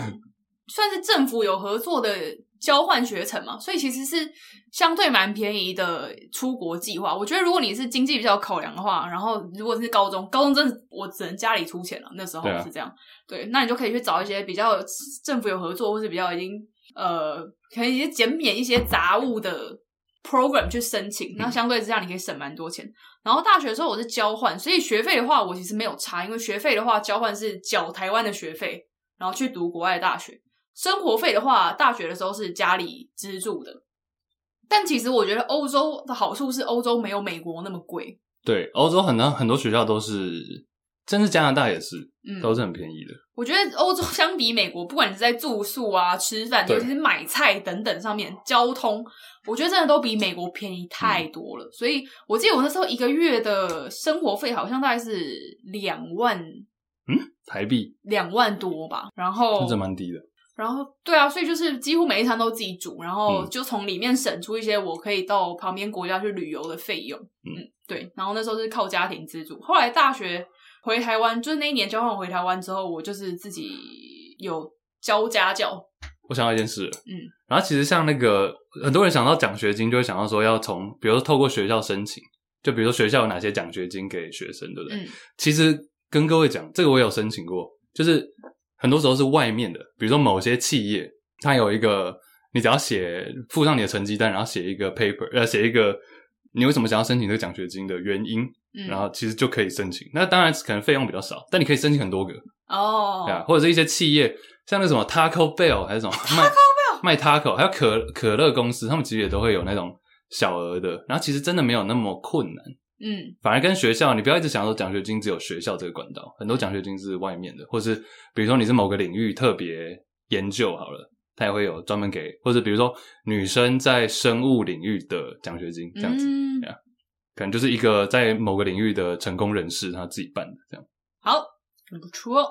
[SPEAKER 2] 算是政府有合作的交换学程嘛，所以其实是相对蛮便宜的出国计划。我觉得如果你是经济比较考量的话，然后如果是高中，高中真的我只能家里出钱了，那时候
[SPEAKER 1] 对啊
[SPEAKER 2] 是这样。对，那你就可以去找一些比较政府有合作，或是比较已经呃，可能一些减免一些杂物的 program 去申请。那相对之下，你可以省蛮多钱。然后大学的时候我是交换，所以学费的话我其实没有差，因为学费的话交换是缴台湾的学费，然后去读国外的大学。生活费的话，大学的时候是家里资助的，但其实我觉得欧洲的好处是欧洲没有美国那么贵，
[SPEAKER 1] 对，欧洲很多很多学校都是，甚至加拿大也是，
[SPEAKER 2] 嗯，
[SPEAKER 1] 都是很便宜的。
[SPEAKER 2] 我觉得欧洲 *laughs* 相比美国，不管你是在住宿啊、吃饭，
[SPEAKER 1] 对
[SPEAKER 2] 尤其是买菜等等上面，交通，我觉得真的都比美国便宜
[SPEAKER 1] 嗯
[SPEAKER 2] 太多了。所以我记得我那时候一个月的生活费好像大概是两万
[SPEAKER 1] 台币
[SPEAKER 2] 两万多吧，然后
[SPEAKER 1] 真的蛮低的。
[SPEAKER 2] 然后对啊，所以就是几乎每一餐都自己煮，然后
[SPEAKER 1] 嗯
[SPEAKER 2] 就从里面省出一些我可以到旁边国家去旅游的费用。嗯，对。然后那时候是靠家庭资助，后来大学回台湾，就是那一年交换回台湾之后，我就是自己有教家教。
[SPEAKER 1] 我想到一件事，
[SPEAKER 2] 嗯，
[SPEAKER 1] 然后其实像那个很多人想到奖学金，就会想到说要从，比如说透过学校申请，就比如说学校有哪些奖学金给学生，对不对？
[SPEAKER 2] 嗯
[SPEAKER 1] 其实跟各位讲，这个我有申请过，就是很多时候是外面的，比如说某些企业，它有一个，你只要写附上你的成绩单，然后写一个 paper，呃，写一个你为什么想要申请这个奖学金的原因，
[SPEAKER 2] 嗯，
[SPEAKER 1] 然后其实就可以申请。那当然可能费用比较少，但你可以申请很多个，
[SPEAKER 2] 哦
[SPEAKER 1] 对啊，或者是一些企业，像那什么 Taco Bell 还是什么卖 Taco Bell 卖 Taco，还有可可乐公司，他们其实也都会有那种小额的，然后其实真的没有那么困难。
[SPEAKER 2] 嗯
[SPEAKER 1] 反而跟学校，你不要一直想说奖学金只有学校这个管道，很多奖学金是外面的，或是比如说你是某个领域特别研究好了，它也会有专门给，或者比如说女生在生物领域的奖学金这样子，
[SPEAKER 2] 嗯
[SPEAKER 1] 对啊可能就是一个在某个领域的成功人士他自己办的这样。
[SPEAKER 2] 好，很不错。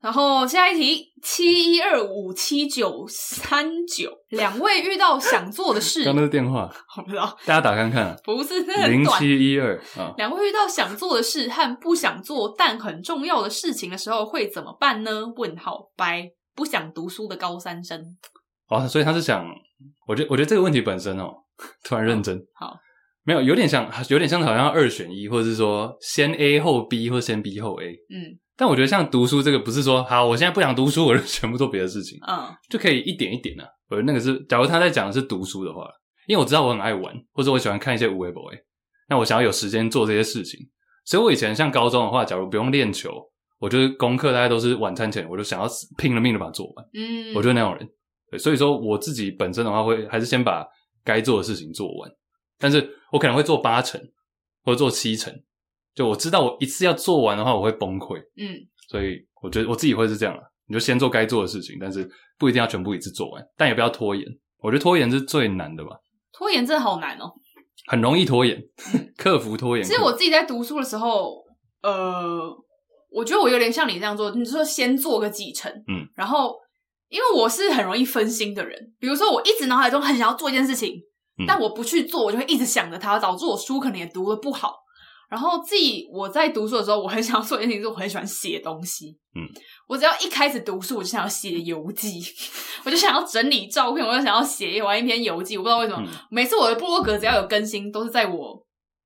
[SPEAKER 2] 然后下一题，七一二五七九三九，两位遇到想做的事，
[SPEAKER 1] 刚刚那是电
[SPEAKER 2] *laughs*
[SPEAKER 1] 话，
[SPEAKER 2] 我不知道，
[SPEAKER 1] 大家打看看啊，
[SPEAKER 2] 不是那很
[SPEAKER 1] 零
[SPEAKER 2] 短。
[SPEAKER 1] 七一二啊，
[SPEAKER 2] 两位遇到想做的事和不想做但很重要的事情的时候会怎么办呢？问号掰，不想读书的高三生。
[SPEAKER 1] 哦，所以他是想，我觉得我觉得这个问题本身哦，突然认真，
[SPEAKER 2] 好，
[SPEAKER 1] 没有有点像有点像好像二选一，或者是说先 A 后 B 或先 B 后 A，
[SPEAKER 2] 嗯
[SPEAKER 1] 但我觉得像读书这个不是说好我现在不想读书，我就全部做别的事情，
[SPEAKER 2] 嗯
[SPEAKER 1] 就可以一点一点啊。我觉得那个是，假如他在讲的是读书的话，因为我知道我很爱玩，或者我喜欢看一些无微博诶，那我想要有时间做这些事情，所以我以前像高中的话，假如不用练球，我就是功课大概都是晚餐前，我就想要死拼了命的把它做完。
[SPEAKER 2] 嗯，
[SPEAKER 1] 我就是那种人。对，所以说我自己本身的话会还是先把该做的事情做完，但是我可能会做八成或者做七成，就我知道我一次要做完的话我会崩溃，
[SPEAKER 2] 嗯
[SPEAKER 1] 所以我觉得我自己会是这样啊，你就先做该做的事情，但是不一定要全部一次做完，但也不要拖延。我觉得拖延是最难的吧，
[SPEAKER 2] 拖延真的好难哦。
[SPEAKER 1] 很容易拖延，克服拖延。
[SPEAKER 2] 嗯其实我自己在读书的时候，呃，我觉得我有点像你这样做，你就说先做个几成，
[SPEAKER 1] 嗯，
[SPEAKER 2] 然后因为我是很容易分心的人，比如说我一直脑海中很想要做一件事情，
[SPEAKER 1] 嗯
[SPEAKER 2] 但我不去做，我就会一直想着它，导致我书可能也读的不好。然后自己我在读书的时候，我很想要做一件事情，是我很喜欢写东西。
[SPEAKER 1] 嗯，
[SPEAKER 2] 我只要一开始读书，我就想要写游记， *laughs* 我就想要整理照片，我就想要写完一篇游记。我不知道为什么，
[SPEAKER 1] 嗯
[SPEAKER 2] 每次我的部落格只要有更新，都是在我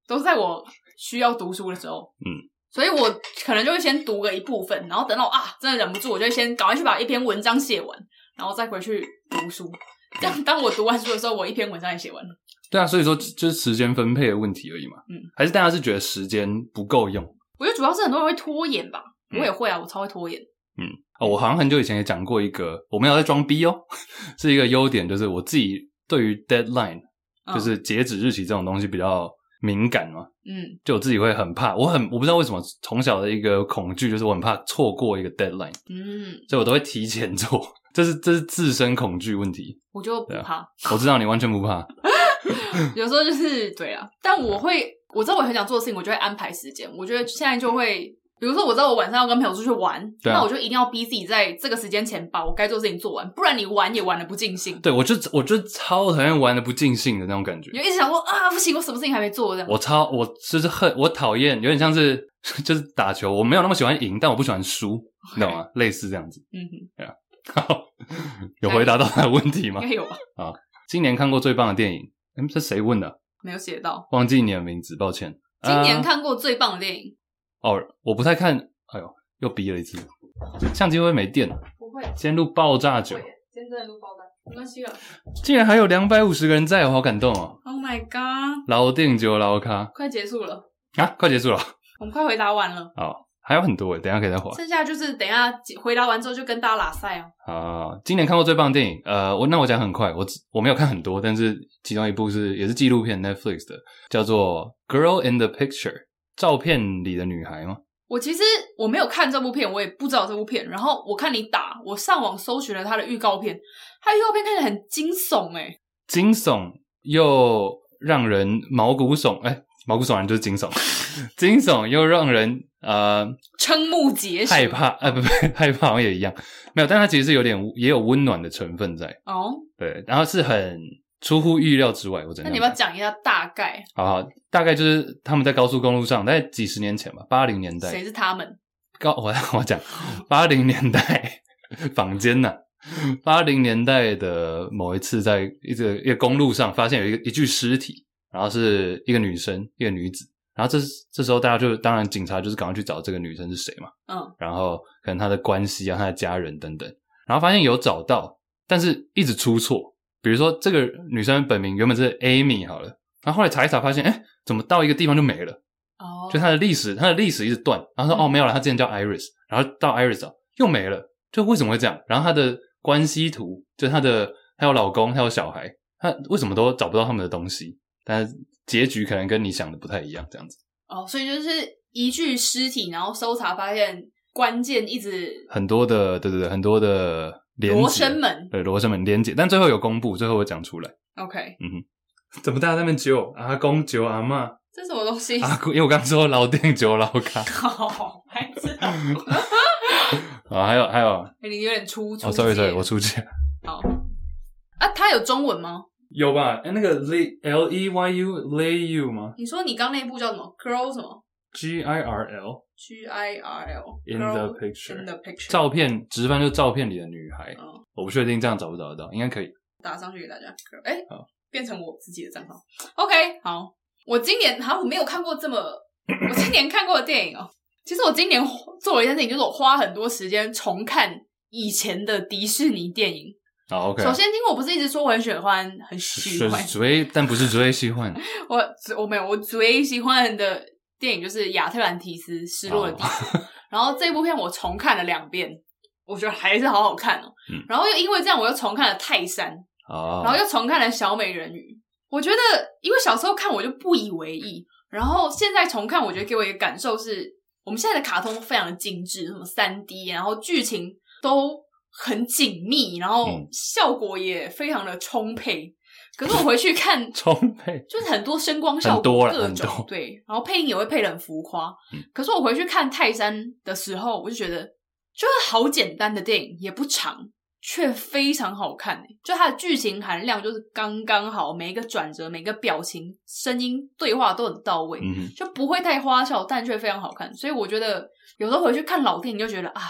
[SPEAKER 2] 都是在我需要读书的时候。
[SPEAKER 1] 嗯，
[SPEAKER 2] 所以我可能就会先读个一部分，然后等到我啊真的忍不住，我就会先赶快去把一篇文章写完，然后再回去读书。
[SPEAKER 1] 嗯
[SPEAKER 2] 这样，当我读完书的时候，我一篇文章也写完了。
[SPEAKER 1] 对啊，所以说就是时间分配的问题而已嘛。
[SPEAKER 2] 嗯，
[SPEAKER 1] 还是大家是觉得时间不够用，
[SPEAKER 2] 我觉得主要是很多人会拖延吧，我
[SPEAKER 1] 嗯
[SPEAKER 2] 也会啊，我超会拖延。
[SPEAKER 1] 哦，我好像很久以前也讲过一个，我没有在装逼哦， *laughs* 是一个优点，就是我自己对于 deadline，、
[SPEAKER 2] 嗯
[SPEAKER 1] 就是截止日期这种东西比较敏感嘛，
[SPEAKER 2] 嗯
[SPEAKER 1] 就我自己会很怕，我很我不知道为什么从小的一个恐惧就是我很怕错过一个 deadline，
[SPEAKER 2] 嗯，
[SPEAKER 1] 所以我都会提前做，这是这是自身恐惧问题。
[SPEAKER 2] 我就不
[SPEAKER 1] 对啊
[SPEAKER 2] 怕，
[SPEAKER 1] 我知道你完全不怕，
[SPEAKER 2] 有时候就是对啊，但我会我知道我很想做的事情，我就会安排时间。我觉得现在就会，比如说我知道我晚上要跟朋友出去玩，
[SPEAKER 1] 对啊
[SPEAKER 2] 那我就一定要逼自己在这个时间前把我该做的事情做完，不然你玩也玩的不尽兴，
[SPEAKER 1] 对我就我就超讨厌玩的不尽兴的那种感觉
[SPEAKER 2] 你，就一直想说啊不行，我什么事情还没做这样。
[SPEAKER 1] 我超我就是恨我讨厌，有点像是 *laughs* 就是打球，我没有那么喜欢赢，但我不喜欢输，你懂吗？类似这样子。 *laughs*
[SPEAKER 2] 嗯哼，
[SPEAKER 1] 好，有回答到他的问题吗
[SPEAKER 2] 应？该有吧？
[SPEAKER 1] 今年看过最棒的电影？嗯，这谁问的啊？
[SPEAKER 2] 没有写到。
[SPEAKER 1] 忘记你的名字，抱歉。
[SPEAKER 2] 今年
[SPEAKER 1] 啊
[SPEAKER 2] 看过最棒的电影，
[SPEAKER 1] 哦，我不太看。哎呦，又逼了一次，相机会不会没电了。
[SPEAKER 2] 不会，
[SPEAKER 1] 今天录爆炸酒，
[SPEAKER 2] 真正录爆单，没关系啊。
[SPEAKER 1] 竟然还有两百五十个人在，我好感动哦！
[SPEAKER 2] Oh my god，
[SPEAKER 1] 老定酒老咖
[SPEAKER 2] 快结束了，
[SPEAKER 1] 啊，快结束了。 *laughs*
[SPEAKER 2] 我们快回答完了。
[SPEAKER 1] 好，还有很多诶，欸等一下可以再划
[SPEAKER 2] 剩下就是等一下回答完之后就跟大家拉塞啊。
[SPEAKER 1] 啊。今年看过最棒的电影，呃，我那我讲很快，我只我没有看很多，但是其中一部是也是纪录片 Netflix 的，叫做《Girl in the Picture》，照片里的女孩吗？
[SPEAKER 2] 我其实我没有看这部片，我也不知道这部片。然后我看你打，我上网搜寻了它的预告片，它预告片看起来很惊悚哎、
[SPEAKER 1] 惊悚又让人毛骨悚，哎、毛骨悚然就是惊
[SPEAKER 2] *laughs*
[SPEAKER 1] 悚，惊悚又让人呃
[SPEAKER 2] 瞠目结舌。
[SPEAKER 1] 害怕，呃不不害怕好像也一样，没有，但它其实是有点也有温暖的成分在，
[SPEAKER 2] 哦，
[SPEAKER 1] 对，然后是很出乎预料之外，我真的。
[SPEAKER 2] 那你要不要讲一下大概
[SPEAKER 1] 好好，大概就是他们在高速公路上，大概几十年前吧，八零年代
[SPEAKER 2] 谁是他们？
[SPEAKER 1] 高，我我讲八零年代坊间呐、八零年代的某一次，在一个一个公路上发现有一个一具尸体，然后是一个女生，一个女子，然后这这时候大家就当然警察就是赶快去找这个女生是谁嘛，
[SPEAKER 2] 嗯，
[SPEAKER 1] 然后可能她的关系啊、她的家人等等，然后发现有找到，但是一直出错，比如说这个女生本名原本是 Amy 好了，然后后来查一查发现，哎，怎么到一个地方就没了？
[SPEAKER 2] 哦，
[SPEAKER 1] 就它的历史，它的历史一直断。然后说、
[SPEAKER 2] 嗯
[SPEAKER 1] 哦没有了，它之前叫 Iris，然后到 Iris 哦又没了，就为什么会这样？然后它的关系图，就她的还有老公，还有小孩，她为什么都找不到他们的东西？但是结局可能跟你想的不太一样，这样子
[SPEAKER 2] 哦，所以就是一具尸体，然后搜查发现关键一直
[SPEAKER 1] 很多的对对对，很多的连
[SPEAKER 2] 罗
[SPEAKER 1] 结
[SPEAKER 2] 生门。
[SPEAKER 1] 对罗生门连结，但最后有公布，最后我讲出来。
[SPEAKER 2] OK，
[SPEAKER 1] 怎么大家在那边揪阿公揪阿妈
[SPEAKER 2] 这是什么东西？
[SPEAKER 1] 阿公？因为我刚刚说老店揪老卡
[SPEAKER 2] *laughs* 好，还知道？
[SPEAKER 1] *laughs* 啊，还有还有哦
[SPEAKER 2] 哎你有点出出
[SPEAKER 1] ，sorry
[SPEAKER 2] 界
[SPEAKER 1] sorry，我出去。
[SPEAKER 2] 好啊，它有中文吗？
[SPEAKER 1] 有吧？哎，那个 le l e y u leyu 吗
[SPEAKER 2] 你说你刚那部叫什么？Girl 什么
[SPEAKER 1] ？G i r l
[SPEAKER 2] ？G I R L
[SPEAKER 1] in
[SPEAKER 2] Girl
[SPEAKER 1] the picture
[SPEAKER 2] in the picture
[SPEAKER 1] 照片直翻就照片里的女孩，
[SPEAKER 2] 嗯
[SPEAKER 1] 我不确定这样找不找得到，应该可以。
[SPEAKER 2] 打上去给大家。哎、
[SPEAKER 1] 好
[SPEAKER 2] 变成我自己的账号。OK，好，我今年好像我没有看
[SPEAKER 1] *clears throat*
[SPEAKER 2] 过这么，我今年看过的电影哦。其实我今年做了一件事情，就是我花很多时间重看以前的迪士尼电影。
[SPEAKER 1] 好，OK 哦
[SPEAKER 2] 首。先，因为我不是一直说我很喜欢，很喜
[SPEAKER 1] 是
[SPEAKER 2] 欢，
[SPEAKER 1] 追，但不是追喜欢。
[SPEAKER 2] *laughs* 我我没有，我最喜欢的电影就是《亚特兰提斯：失落的地球》
[SPEAKER 1] 哦 *laughs*
[SPEAKER 2] 然后这部片我重看了两遍，我觉得还是好好看哦。
[SPEAKER 1] 嗯
[SPEAKER 2] 然后又因为这样，我又重看了《泰山》，然后
[SPEAKER 1] 哦，
[SPEAKER 2] 又重看了《小美人鱼》。我觉得，因为小时候看我就不以为意，然后现在重看，我觉得给我一个感受是，我们现在的卡通非常的精致，什么三 D，然后剧情都很紧密，然后
[SPEAKER 1] 嗯
[SPEAKER 2] 效果也非常的充沛。可是我回去看
[SPEAKER 1] 充沛。
[SPEAKER 2] 就是很多声光效
[SPEAKER 1] 很多
[SPEAKER 2] 果
[SPEAKER 1] 啦
[SPEAKER 2] 各
[SPEAKER 1] 很
[SPEAKER 2] 种
[SPEAKER 1] 多
[SPEAKER 2] 对，然后配音也会配的很浮夸。
[SPEAKER 1] 嗯
[SPEAKER 2] 可是我回去看泰山的时候，我就觉得就是好简单的电影，也不长，却非常好看、欸。就它的剧情含量就是刚刚好，每一个转折、每个表情、声音、对话都很到位，
[SPEAKER 1] 嗯哼，
[SPEAKER 2] 就不会太花哨，但却非常好看。所以我觉得有时候回去看老电影就觉得啊，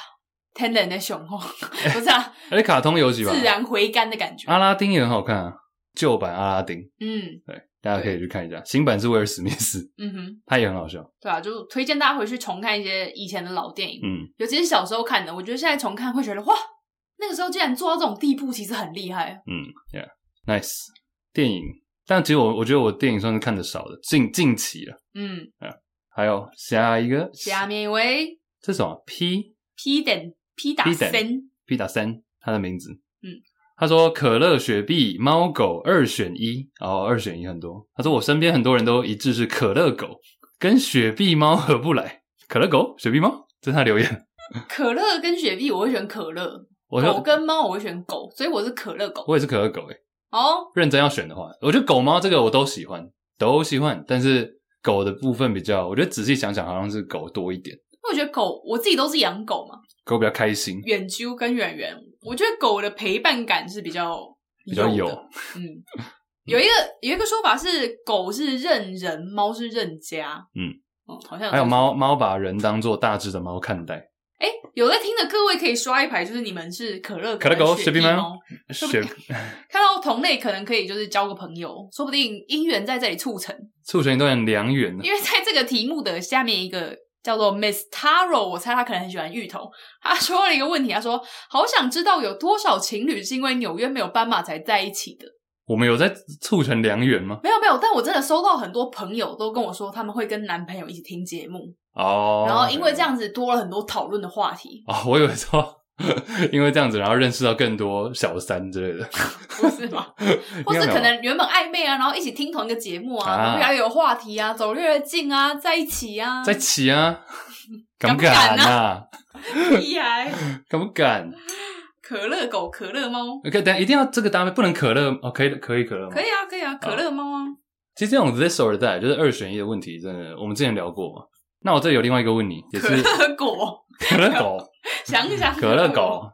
[SPEAKER 2] 天然的雄厚， *laughs* 不
[SPEAKER 1] *laughs*
[SPEAKER 2] 是啊，
[SPEAKER 1] 而且哎卡通游戏吧，
[SPEAKER 2] 自然回甘的感觉。
[SPEAKER 1] 阿拉丁也很好看啊，旧版阿拉丁，
[SPEAKER 2] 嗯
[SPEAKER 1] 对，大家可以去看一下。新版是威尔史密斯，
[SPEAKER 2] 嗯哼，
[SPEAKER 1] 他也很好笑。
[SPEAKER 2] 对啊，就推荐大家回去重看一些以前的老电影。
[SPEAKER 1] 嗯，
[SPEAKER 2] 尤其是小时候看的，我觉得现在重看会觉得哇，那个时候竟然做到这种地步，其实很厉害。
[SPEAKER 1] 嗯，Yeah，nice 电影。但其实我我觉得我电影算是看的少的，近近期了。
[SPEAKER 2] 嗯，
[SPEAKER 1] 还有下一个，
[SPEAKER 2] 下面一位
[SPEAKER 1] 这什么 P
[SPEAKER 2] P 等 P 打
[SPEAKER 1] P 等
[SPEAKER 2] 森，
[SPEAKER 1] 皮达三，他的名字。
[SPEAKER 2] 嗯，
[SPEAKER 1] 他说可乐、雪碧、猫狗二选一，哦，二选一很多。他说我身边很多人都一致是可乐狗，跟雪碧猫合不来。可乐狗、雪碧猫，这是他留言。
[SPEAKER 2] 可乐跟雪碧，我会选可乐；
[SPEAKER 1] 我
[SPEAKER 2] 狗
[SPEAKER 1] 说
[SPEAKER 2] 跟猫，我会选狗，所以我是可乐狗。
[SPEAKER 1] 我也是可乐狗诶，欸
[SPEAKER 2] 哦，
[SPEAKER 1] 认真要选的话，我觉得狗猫这个我都喜欢，都喜欢，但是狗的部分比较，我觉得仔细想想好像是狗多一点，
[SPEAKER 2] 因为我觉得狗，我自己都是养狗嘛，
[SPEAKER 1] 狗比较开心。
[SPEAKER 2] 远啾跟远远，我觉得狗的陪伴感是比较
[SPEAKER 1] 比较
[SPEAKER 2] 有
[SPEAKER 1] 有
[SPEAKER 2] 的。嗯，有一个有一个说法是，狗是认人，猫是认家。
[SPEAKER 1] 嗯
[SPEAKER 2] 嗯，好像
[SPEAKER 1] 还有
[SPEAKER 2] 这个
[SPEAKER 1] 猫猫把人当做大只的猫看待，
[SPEAKER 2] 哎，有在听的各位可以刷一排，就是你们是可乐
[SPEAKER 1] 可乐狗
[SPEAKER 2] 还是雪
[SPEAKER 1] 雪碧吗
[SPEAKER 2] 猫， *laughs*
[SPEAKER 1] 雪
[SPEAKER 2] 看到同类可能可以就是交个朋友，说不定姻缘在这里促成。
[SPEAKER 1] 促成一段良缘。
[SPEAKER 2] 因为在这个题目的下面一个叫做 Miss Taro，我猜他可能很喜欢芋头。他说了一个问题，他说好想知道有多少情侣是因为纽约没有斑马才在一起的。
[SPEAKER 1] 我们有在促成良缘吗？
[SPEAKER 2] 没有没有，但我真的收到很多朋友都跟我说他们会跟男朋友一起听节目，
[SPEAKER 1] 哦，
[SPEAKER 2] 然后因为这样子多了很多讨论的话题，
[SPEAKER 1] 哦， *laughs* 我以为说因为这样子，然后认识到更多小三之类的，
[SPEAKER 2] *laughs* 不是吗？
[SPEAKER 1] *laughs*
[SPEAKER 2] 或
[SPEAKER 1] 应该没
[SPEAKER 2] 是
[SPEAKER 1] 有
[SPEAKER 2] 可能原本暧昧啊，然后一起听同一个节目啊，
[SPEAKER 1] 啊
[SPEAKER 2] 然后越来越有话题啊，走越来越近啊，在一起啊，
[SPEAKER 1] 在起啊，
[SPEAKER 2] *laughs*
[SPEAKER 1] 敢
[SPEAKER 2] 敢
[SPEAKER 1] 不
[SPEAKER 2] 不
[SPEAKER 1] 敢
[SPEAKER 2] 敢
[SPEAKER 1] 啊？
[SPEAKER 2] 屁孩，
[SPEAKER 1] 敢不敢？
[SPEAKER 2] 可乐狗、可乐猫，
[SPEAKER 1] OK，但一定要这个搭配，不能可乐哦，可以可以可乐吗？
[SPEAKER 2] 可以啊，可以啊，可乐猫啊，
[SPEAKER 1] 其实这种 this or that 就是二选一的问题，真的，我们之前聊过嘛。那我这里有另外一个问你，也
[SPEAKER 2] 可
[SPEAKER 1] 是
[SPEAKER 2] 乐果，
[SPEAKER 1] 可乐
[SPEAKER 2] *laughs*
[SPEAKER 1] 狗，
[SPEAKER 2] 想一想，
[SPEAKER 1] *laughs* 可乐
[SPEAKER 2] *laughs*
[SPEAKER 1] 狗。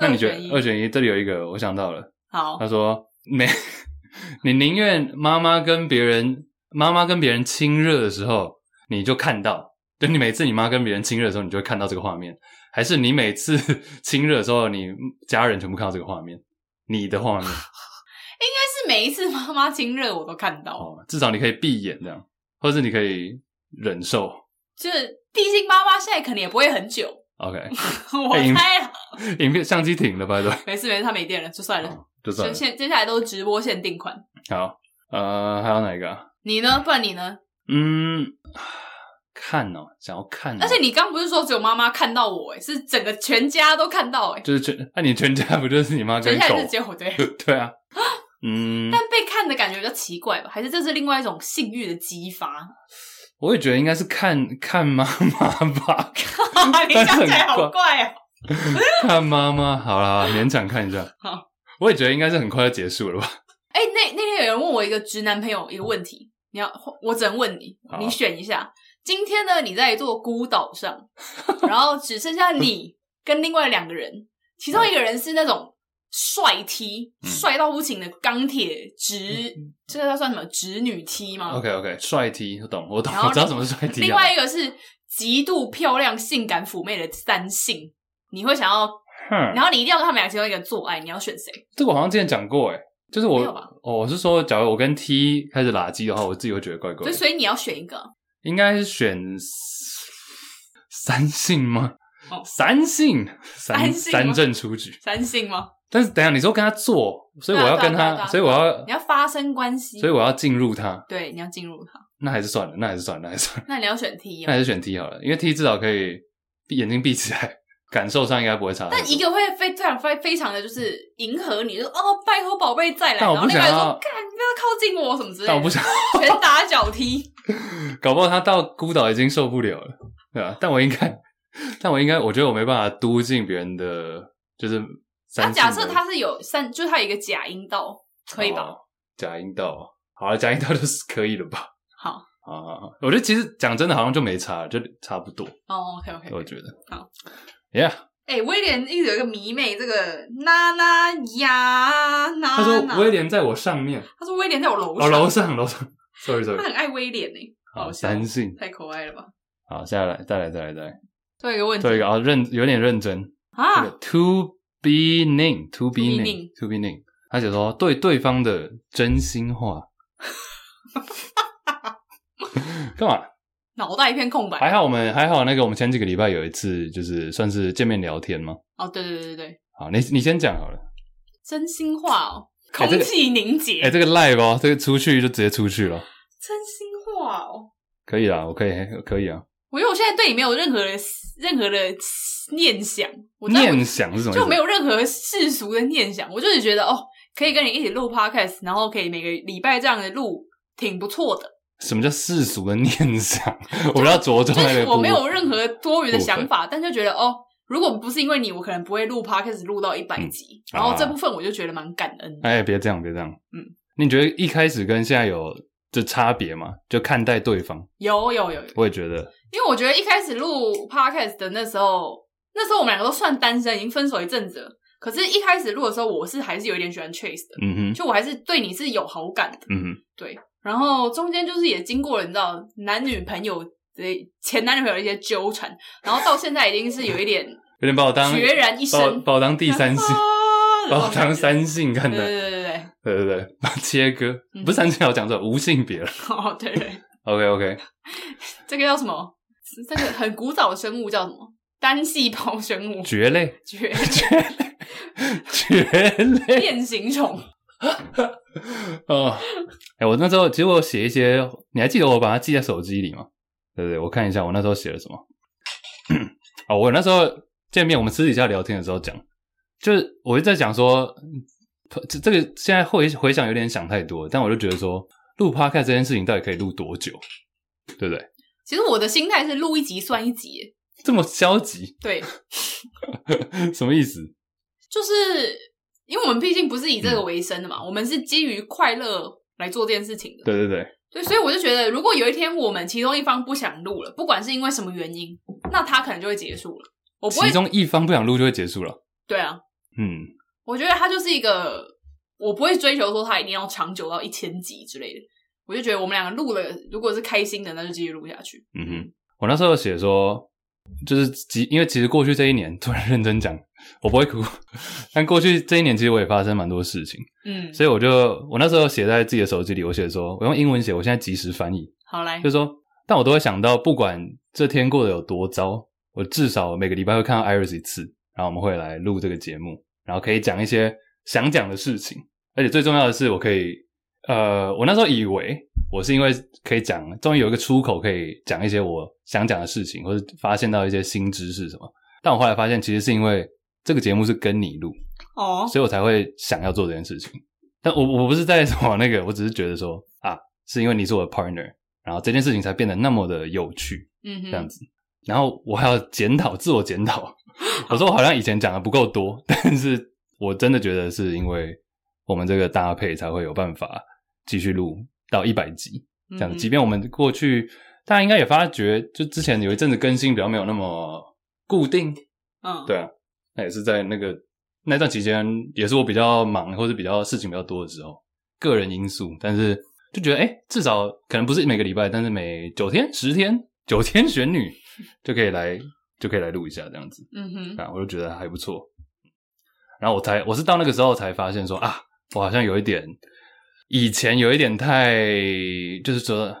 [SPEAKER 1] 那你觉得二
[SPEAKER 2] 二选
[SPEAKER 1] 选
[SPEAKER 2] 一
[SPEAKER 1] 一？这里有一个，我想到了，
[SPEAKER 2] 好
[SPEAKER 1] 他说：“没， *laughs* 你宁愿妈妈跟别人妈妈跟别人亲热的时候，你就看到，就你每次你妈跟别人亲热的时候，你就会看到这个画面，还是你每次 *laughs* 亲热的时候，你家人全部看到这个画面，你的画面
[SPEAKER 2] 但是每一次妈妈亲热我都看到，
[SPEAKER 1] 哦，至少你可以闭眼这样，或者你可以忍受。
[SPEAKER 2] 就是毕竟妈妈现在可能也不会很久， *laughs*
[SPEAKER 1] OK， *laughs*
[SPEAKER 2] 我
[SPEAKER 1] 哎
[SPEAKER 2] 猜啦，
[SPEAKER 1] 影片相机停了，拜托，
[SPEAKER 2] 没事没事，它没电了就算了，
[SPEAKER 1] 好就哦算
[SPEAKER 2] 就
[SPEAKER 1] 了。
[SPEAKER 2] 现接下来都是直播限定款。
[SPEAKER 1] 好，呃，还有哪一个、啊？
[SPEAKER 2] 你呢？不然你呢？
[SPEAKER 1] 嗯， *sighs* 看哦，想要看、哦，
[SPEAKER 2] 而且你刚不是说只有妈妈看到我、欸，是整个全家都看到、欸，
[SPEAKER 1] 就是全，那、你全家不就是你妈
[SPEAKER 2] 全
[SPEAKER 1] 跟
[SPEAKER 2] 下
[SPEAKER 1] 狗
[SPEAKER 2] 来是只有我对。
[SPEAKER 1] *laughs* 对啊，嗯，
[SPEAKER 2] 但被看的感觉比较奇怪吧？还是这是另外一种性欲的激
[SPEAKER 1] *laughs*
[SPEAKER 2] 发？
[SPEAKER 1] 我也觉得应该是看看妈妈
[SPEAKER 2] *laughs*
[SPEAKER 1] 吧，嗯
[SPEAKER 2] 你讲起来好怪哦、
[SPEAKER 1] 看妈妈，好啦，勉强看一下。
[SPEAKER 2] 好，
[SPEAKER 1] 我也觉得应该是很快就结束了吧。
[SPEAKER 2] 哎、那那天有人问我一个直男朋友一个问题，你要我只能问你
[SPEAKER 1] 好，
[SPEAKER 2] 你选一下。今天呢，你在一座孤岛上，然后只剩下
[SPEAKER 1] *laughs*
[SPEAKER 2] 你跟另外两个人，其中一个人是那种帅 T，
[SPEAKER 1] 嗯
[SPEAKER 2] 帅到不行的钢铁直，这个算什么直女 T 吗
[SPEAKER 1] OK OK，帅 T，我懂，我懂，
[SPEAKER 2] 然后
[SPEAKER 1] 我知道什么是帅 T 啊。
[SPEAKER 2] 另外一个是极度漂亮、性感、妩媚的三性，你会想要，
[SPEAKER 1] 哼，
[SPEAKER 2] 然后你一定要跟他们俩其中一个做哎爱，你要选谁？
[SPEAKER 1] 这个我好像之前讲过，诶，就是我
[SPEAKER 2] 没有吧
[SPEAKER 1] 哦，我是说，假如我跟 T 开始拉鸡的话，我自己会觉得怪怪
[SPEAKER 2] 所以，
[SPEAKER 1] 的，
[SPEAKER 2] 所以你要选一个。
[SPEAKER 1] 应该是选三性吗？
[SPEAKER 2] 哦
[SPEAKER 1] 三性，三
[SPEAKER 2] 三性吗
[SPEAKER 1] 三阵出局。
[SPEAKER 2] 三性吗？
[SPEAKER 1] 但是等一下，你说跟他做，所以我
[SPEAKER 2] 对啊
[SPEAKER 1] 要跟
[SPEAKER 2] 对啊
[SPEAKER 1] 他，
[SPEAKER 2] 对啊
[SPEAKER 1] 所以我要
[SPEAKER 2] 你，要发生关系，
[SPEAKER 1] 嗯所以我要进入他，
[SPEAKER 2] 对你要进入他。
[SPEAKER 1] 那还是算了，那还是算了，那还是算了，
[SPEAKER 2] 那你要选 T
[SPEAKER 1] *laughs* 那
[SPEAKER 2] 哦，
[SPEAKER 1] 还是选 T 好了，因为 T 至少可以闭眼睛闭起来，感受上应该不会差太多。
[SPEAKER 2] 但一个会非常非非常的就是迎合你，就哦拜托宝贝再来，
[SPEAKER 1] 但
[SPEAKER 2] 然
[SPEAKER 1] 我
[SPEAKER 2] 后
[SPEAKER 1] 不
[SPEAKER 2] 另
[SPEAKER 1] 想
[SPEAKER 2] 外一个
[SPEAKER 1] 要
[SPEAKER 2] 说干你不要靠近我什么之类的，
[SPEAKER 1] 但我不想，
[SPEAKER 2] 拳打脚踢。
[SPEAKER 1] 搞不好他到孤岛已经受不了了，对吧、但我应该，但我应该，我觉得我没办法嘟进别人的，就是 *laughs*
[SPEAKER 2] 那
[SPEAKER 1] 三性的。
[SPEAKER 2] 假设他是有三，就是他有一个假阴道，可以吧？
[SPEAKER 1] 哦？假阴道，好了，假阴道就是可以了吧？
[SPEAKER 2] *laughs* 好，
[SPEAKER 1] 好好好，我觉得其实讲真的，好像就没差，就差不多，
[SPEAKER 2] 哦，OK OK，
[SPEAKER 1] 我觉得。
[SPEAKER 2] 好
[SPEAKER 1] ，Yeah。
[SPEAKER 2] 哎、威廉一直有一个迷妹，这个娜娜呀娜娜，
[SPEAKER 1] 他说威，廉在我上面，
[SPEAKER 2] 他说威廉在我啊楼
[SPEAKER 1] 哦，
[SPEAKER 2] 上，
[SPEAKER 1] 楼上楼上，sorry *laughs*
[SPEAKER 2] 他 *laughs*
[SPEAKER 1] sorry，
[SPEAKER 2] 很爱威廉呢、
[SPEAKER 1] 好
[SPEAKER 2] 好笑
[SPEAKER 1] 三性，
[SPEAKER 2] 太可爱了吧？
[SPEAKER 1] 好下来再来再来再来，
[SPEAKER 2] 最后一个问题
[SPEAKER 1] 最后一个啊认有点认真，这
[SPEAKER 2] 啊
[SPEAKER 1] 个，to be ning to be
[SPEAKER 2] be
[SPEAKER 1] ning to be ning，他写说对对方的真心
[SPEAKER 2] *laughs*
[SPEAKER 1] 话，干嘛？
[SPEAKER 2] 脑袋一片空白。
[SPEAKER 1] 还好我们还好那个我们前几个礼拜有一次就是算是见面聊天嘛，
[SPEAKER 2] 哦，对对对对对，
[SPEAKER 1] 好你你先讲好了，
[SPEAKER 2] 真心话哦，
[SPEAKER 1] 哎
[SPEAKER 2] 空
[SPEAKER 1] 这个
[SPEAKER 2] 气凝结，
[SPEAKER 1] 哎、这个 live 哦，这个出去就直接出去了，
[SPEAKER 2] 真心话哦。
[SPEAKER 1] 可以啦，我可以可以啊，
[SPEAKER 2] 我因为我现在对你没有任何的任何的念想，我在
[SPEAKER 1] 念想是什么意思？
[SPEAKER 2] 就没有任何世俗的念想，我就是觉得哦，可以跟你一起录 podcast，然后可以每个礼拜这样的录，挺不错的。
[SPEAKER 1] 什么叫世俗的念想？我们要着重
[SPEAKER 2] 就
[SPEAKER 1] 那
[SPEAKER 2] 是
[SPEAKER 1] 个。
[SPEAKER 2] 我没有任何多余的想法，但就觉得哦，如果不是因为你，我可能不会录 podcast 录到一百集。
[SPEAKER 1] 啊
[SPEAKER 2] 然后这部分我就觉得蛮感恩的。
[SPEAKER 1] 哎，别这样，别这样。
[SPEAKER 2] 嗯，
[SPEAKER 1] 你觉得一开始跟现在有这差别吗？就看待对方，
[SPEAKER 2] 有有有有，
[SPEAKER 1] 我也觉得
[SPEAKER 2] 因为我觉得一开始录 podcast 的那时候，那时候我们两个都算单身，已经分手一阵子了。可是，一开始录的时候，我是还是有一点喜欢 Chase 的，
[SPEAKER 1] 嗯哼，
[SPEAKER 2] 就我还是对你是有好感的。
[SPEAKER 1] 嗯哼，
[SPEAKER 2] 然后中间就是也经过了你知道男女朋友的前男女朋友的一些纠缠，然后到现在已经是有一点
[SPEAKER 1] 有点把我当
[SPEAKER 2] 决然一
[SPEAKER 1] 把我
[SPEAKER 2] 身
[SPEAKER 1] 把我当第三 *laughs*
[SPEAKER 2] *laughs*
[SPEAKER 1] 性，
[SPEAKER 2] 啊
[SPEAKER 1] 把我当三性看
[SPEAKER 2] 对
[SPEAKER 1] 待，
[SPEAKER 2] 对对对对，
[SPEAKER 1] 对对对，把它切割
[SPEAKER 2] 嗯
[SPEAKER 1] 不是三性，我讲错，无性别了。
[SPEAKER 2] 哦对对，
[SPEAKER 1] OK OK，
[SPEAKER 2] 这个叫什么？这个很古早的生物叫什么？单细胞生物，
[SPEAKER 1] *laughs* 蕨类，
[SPEAKER 2] 绝
[SPEAKER 1] 蕨类
[SPEAKER 2] 变形虫。 *laughs*
[SPEAKER 1] 哦，哎，我那时候其实我有写一些，你还记得我把它记在手机里吗？对不对？我看一下我那时候写了什么。 *coughs* 哦，我那时候见面，我们私底下聊天的时候讲，就是我就在讲说，这这个现在回回想有点想太多，但我就觉得说，录 p o d 这件事情到底可以录多久，对不对？
[SPEAKER 2] 其实我的心态是录一集算一集，
[SPEAKER 1] 这么消极， *laughs*
[SPEAKER 2] 对，
[SPEAKER 1] 什么意思？
[SPEAKER 2] 就是因为我们毕竟不是以这个为生的嘛，我们是基于快乐来做这件事情的。
[SPEAKER 1] 对对对，
[SPEAKER 2] 对，所以我就觉得，如果有一天我们其中一方不想录了，不管是因为什么原因，那他可能就会结束了。我不会
[SPEAKER 1] 其，中一方不想录就会结束了。
[SPEAKER 2] 对啊，
[SPEAKER 1] 嗯，
[SPEAKER 2] 我觉得他就是一个，我不会追求说他一定要长久到一千集之类的。我就觉得我们两个录了，如果是开心的，那就继续录下去。
[SPEAKER 1] 嗯哼，我那时候写说，就是其因为其实过去这一年，突然认真讲，我不会哭， *laughs* 但过去这一年其实我也发生蛮多事情，
[SPEAKER 2] 嗯，
[SPEAKER 1] 所以我就我那时候写在自己的手机里，我写说，我用英文写，我现在及时翻译，
[SPEAKER 2] 好来
[SPEAKER 1] 就是说，但我都会想到，不管这天过得有多糟，我至少每个礼拜会看到 Iris 一次，然后我们会来录这个节目，然后可以讲一些想讲的事情，而且最重要的是，我可以，呃，我那时候以为我是因为可以讲，终于有一个出口可以讲一些我想讲的事情，或者发现到一些新知识什么，但我后来发现，其实是因为这个节目是跟你录，
[SPEAKER 2] 哦，
[SPEAKER 1] 所以我才会想要做这件事情。但我我不是在什么那个，我只是觉得说啊，是因为你是我的 partner，然后这件事情才变得那么的有趣
[SPEAKER 2] 嗯
[SPEAKER 1] 这样
[SPEAKER 2] 哼，
[SPEAKER 1] 子。然后我还要检讨，自我检
[SPEAKER 2] *laughs*
[SPEAKER 1] 讨，我说我好像以前讲的不够多， *laughs* 但是我真的觉得是因为我们这个搭配才会有办法继续录到一百集。这样
[SPEAKER 2] 嗯
[SPEAKER 1] 子。
[SPEAKER 2] 哼
[SPEAKER 1] 即便我们过去，大家应该也发觉，就之前有一阵子更新比较没有那么固定，
[SPEAKER 2] 嗯，
[SPEAKER 1] 对啊，那也是在那个那段期间，也是我比较忙或者比较事情比较多的时候，个人因素，但是就觉得哎、诶至少可能不是每个礼拜，但是每九天、十天、九天玄女就可以来就可以来录一下这样子
[SPEAKER 2] 嗯哼，
[SPEAKER 1] 啊，我就觉得还不错。然后我才我是到那个时候才发现说啊，我好像有一点以前有一点太就是说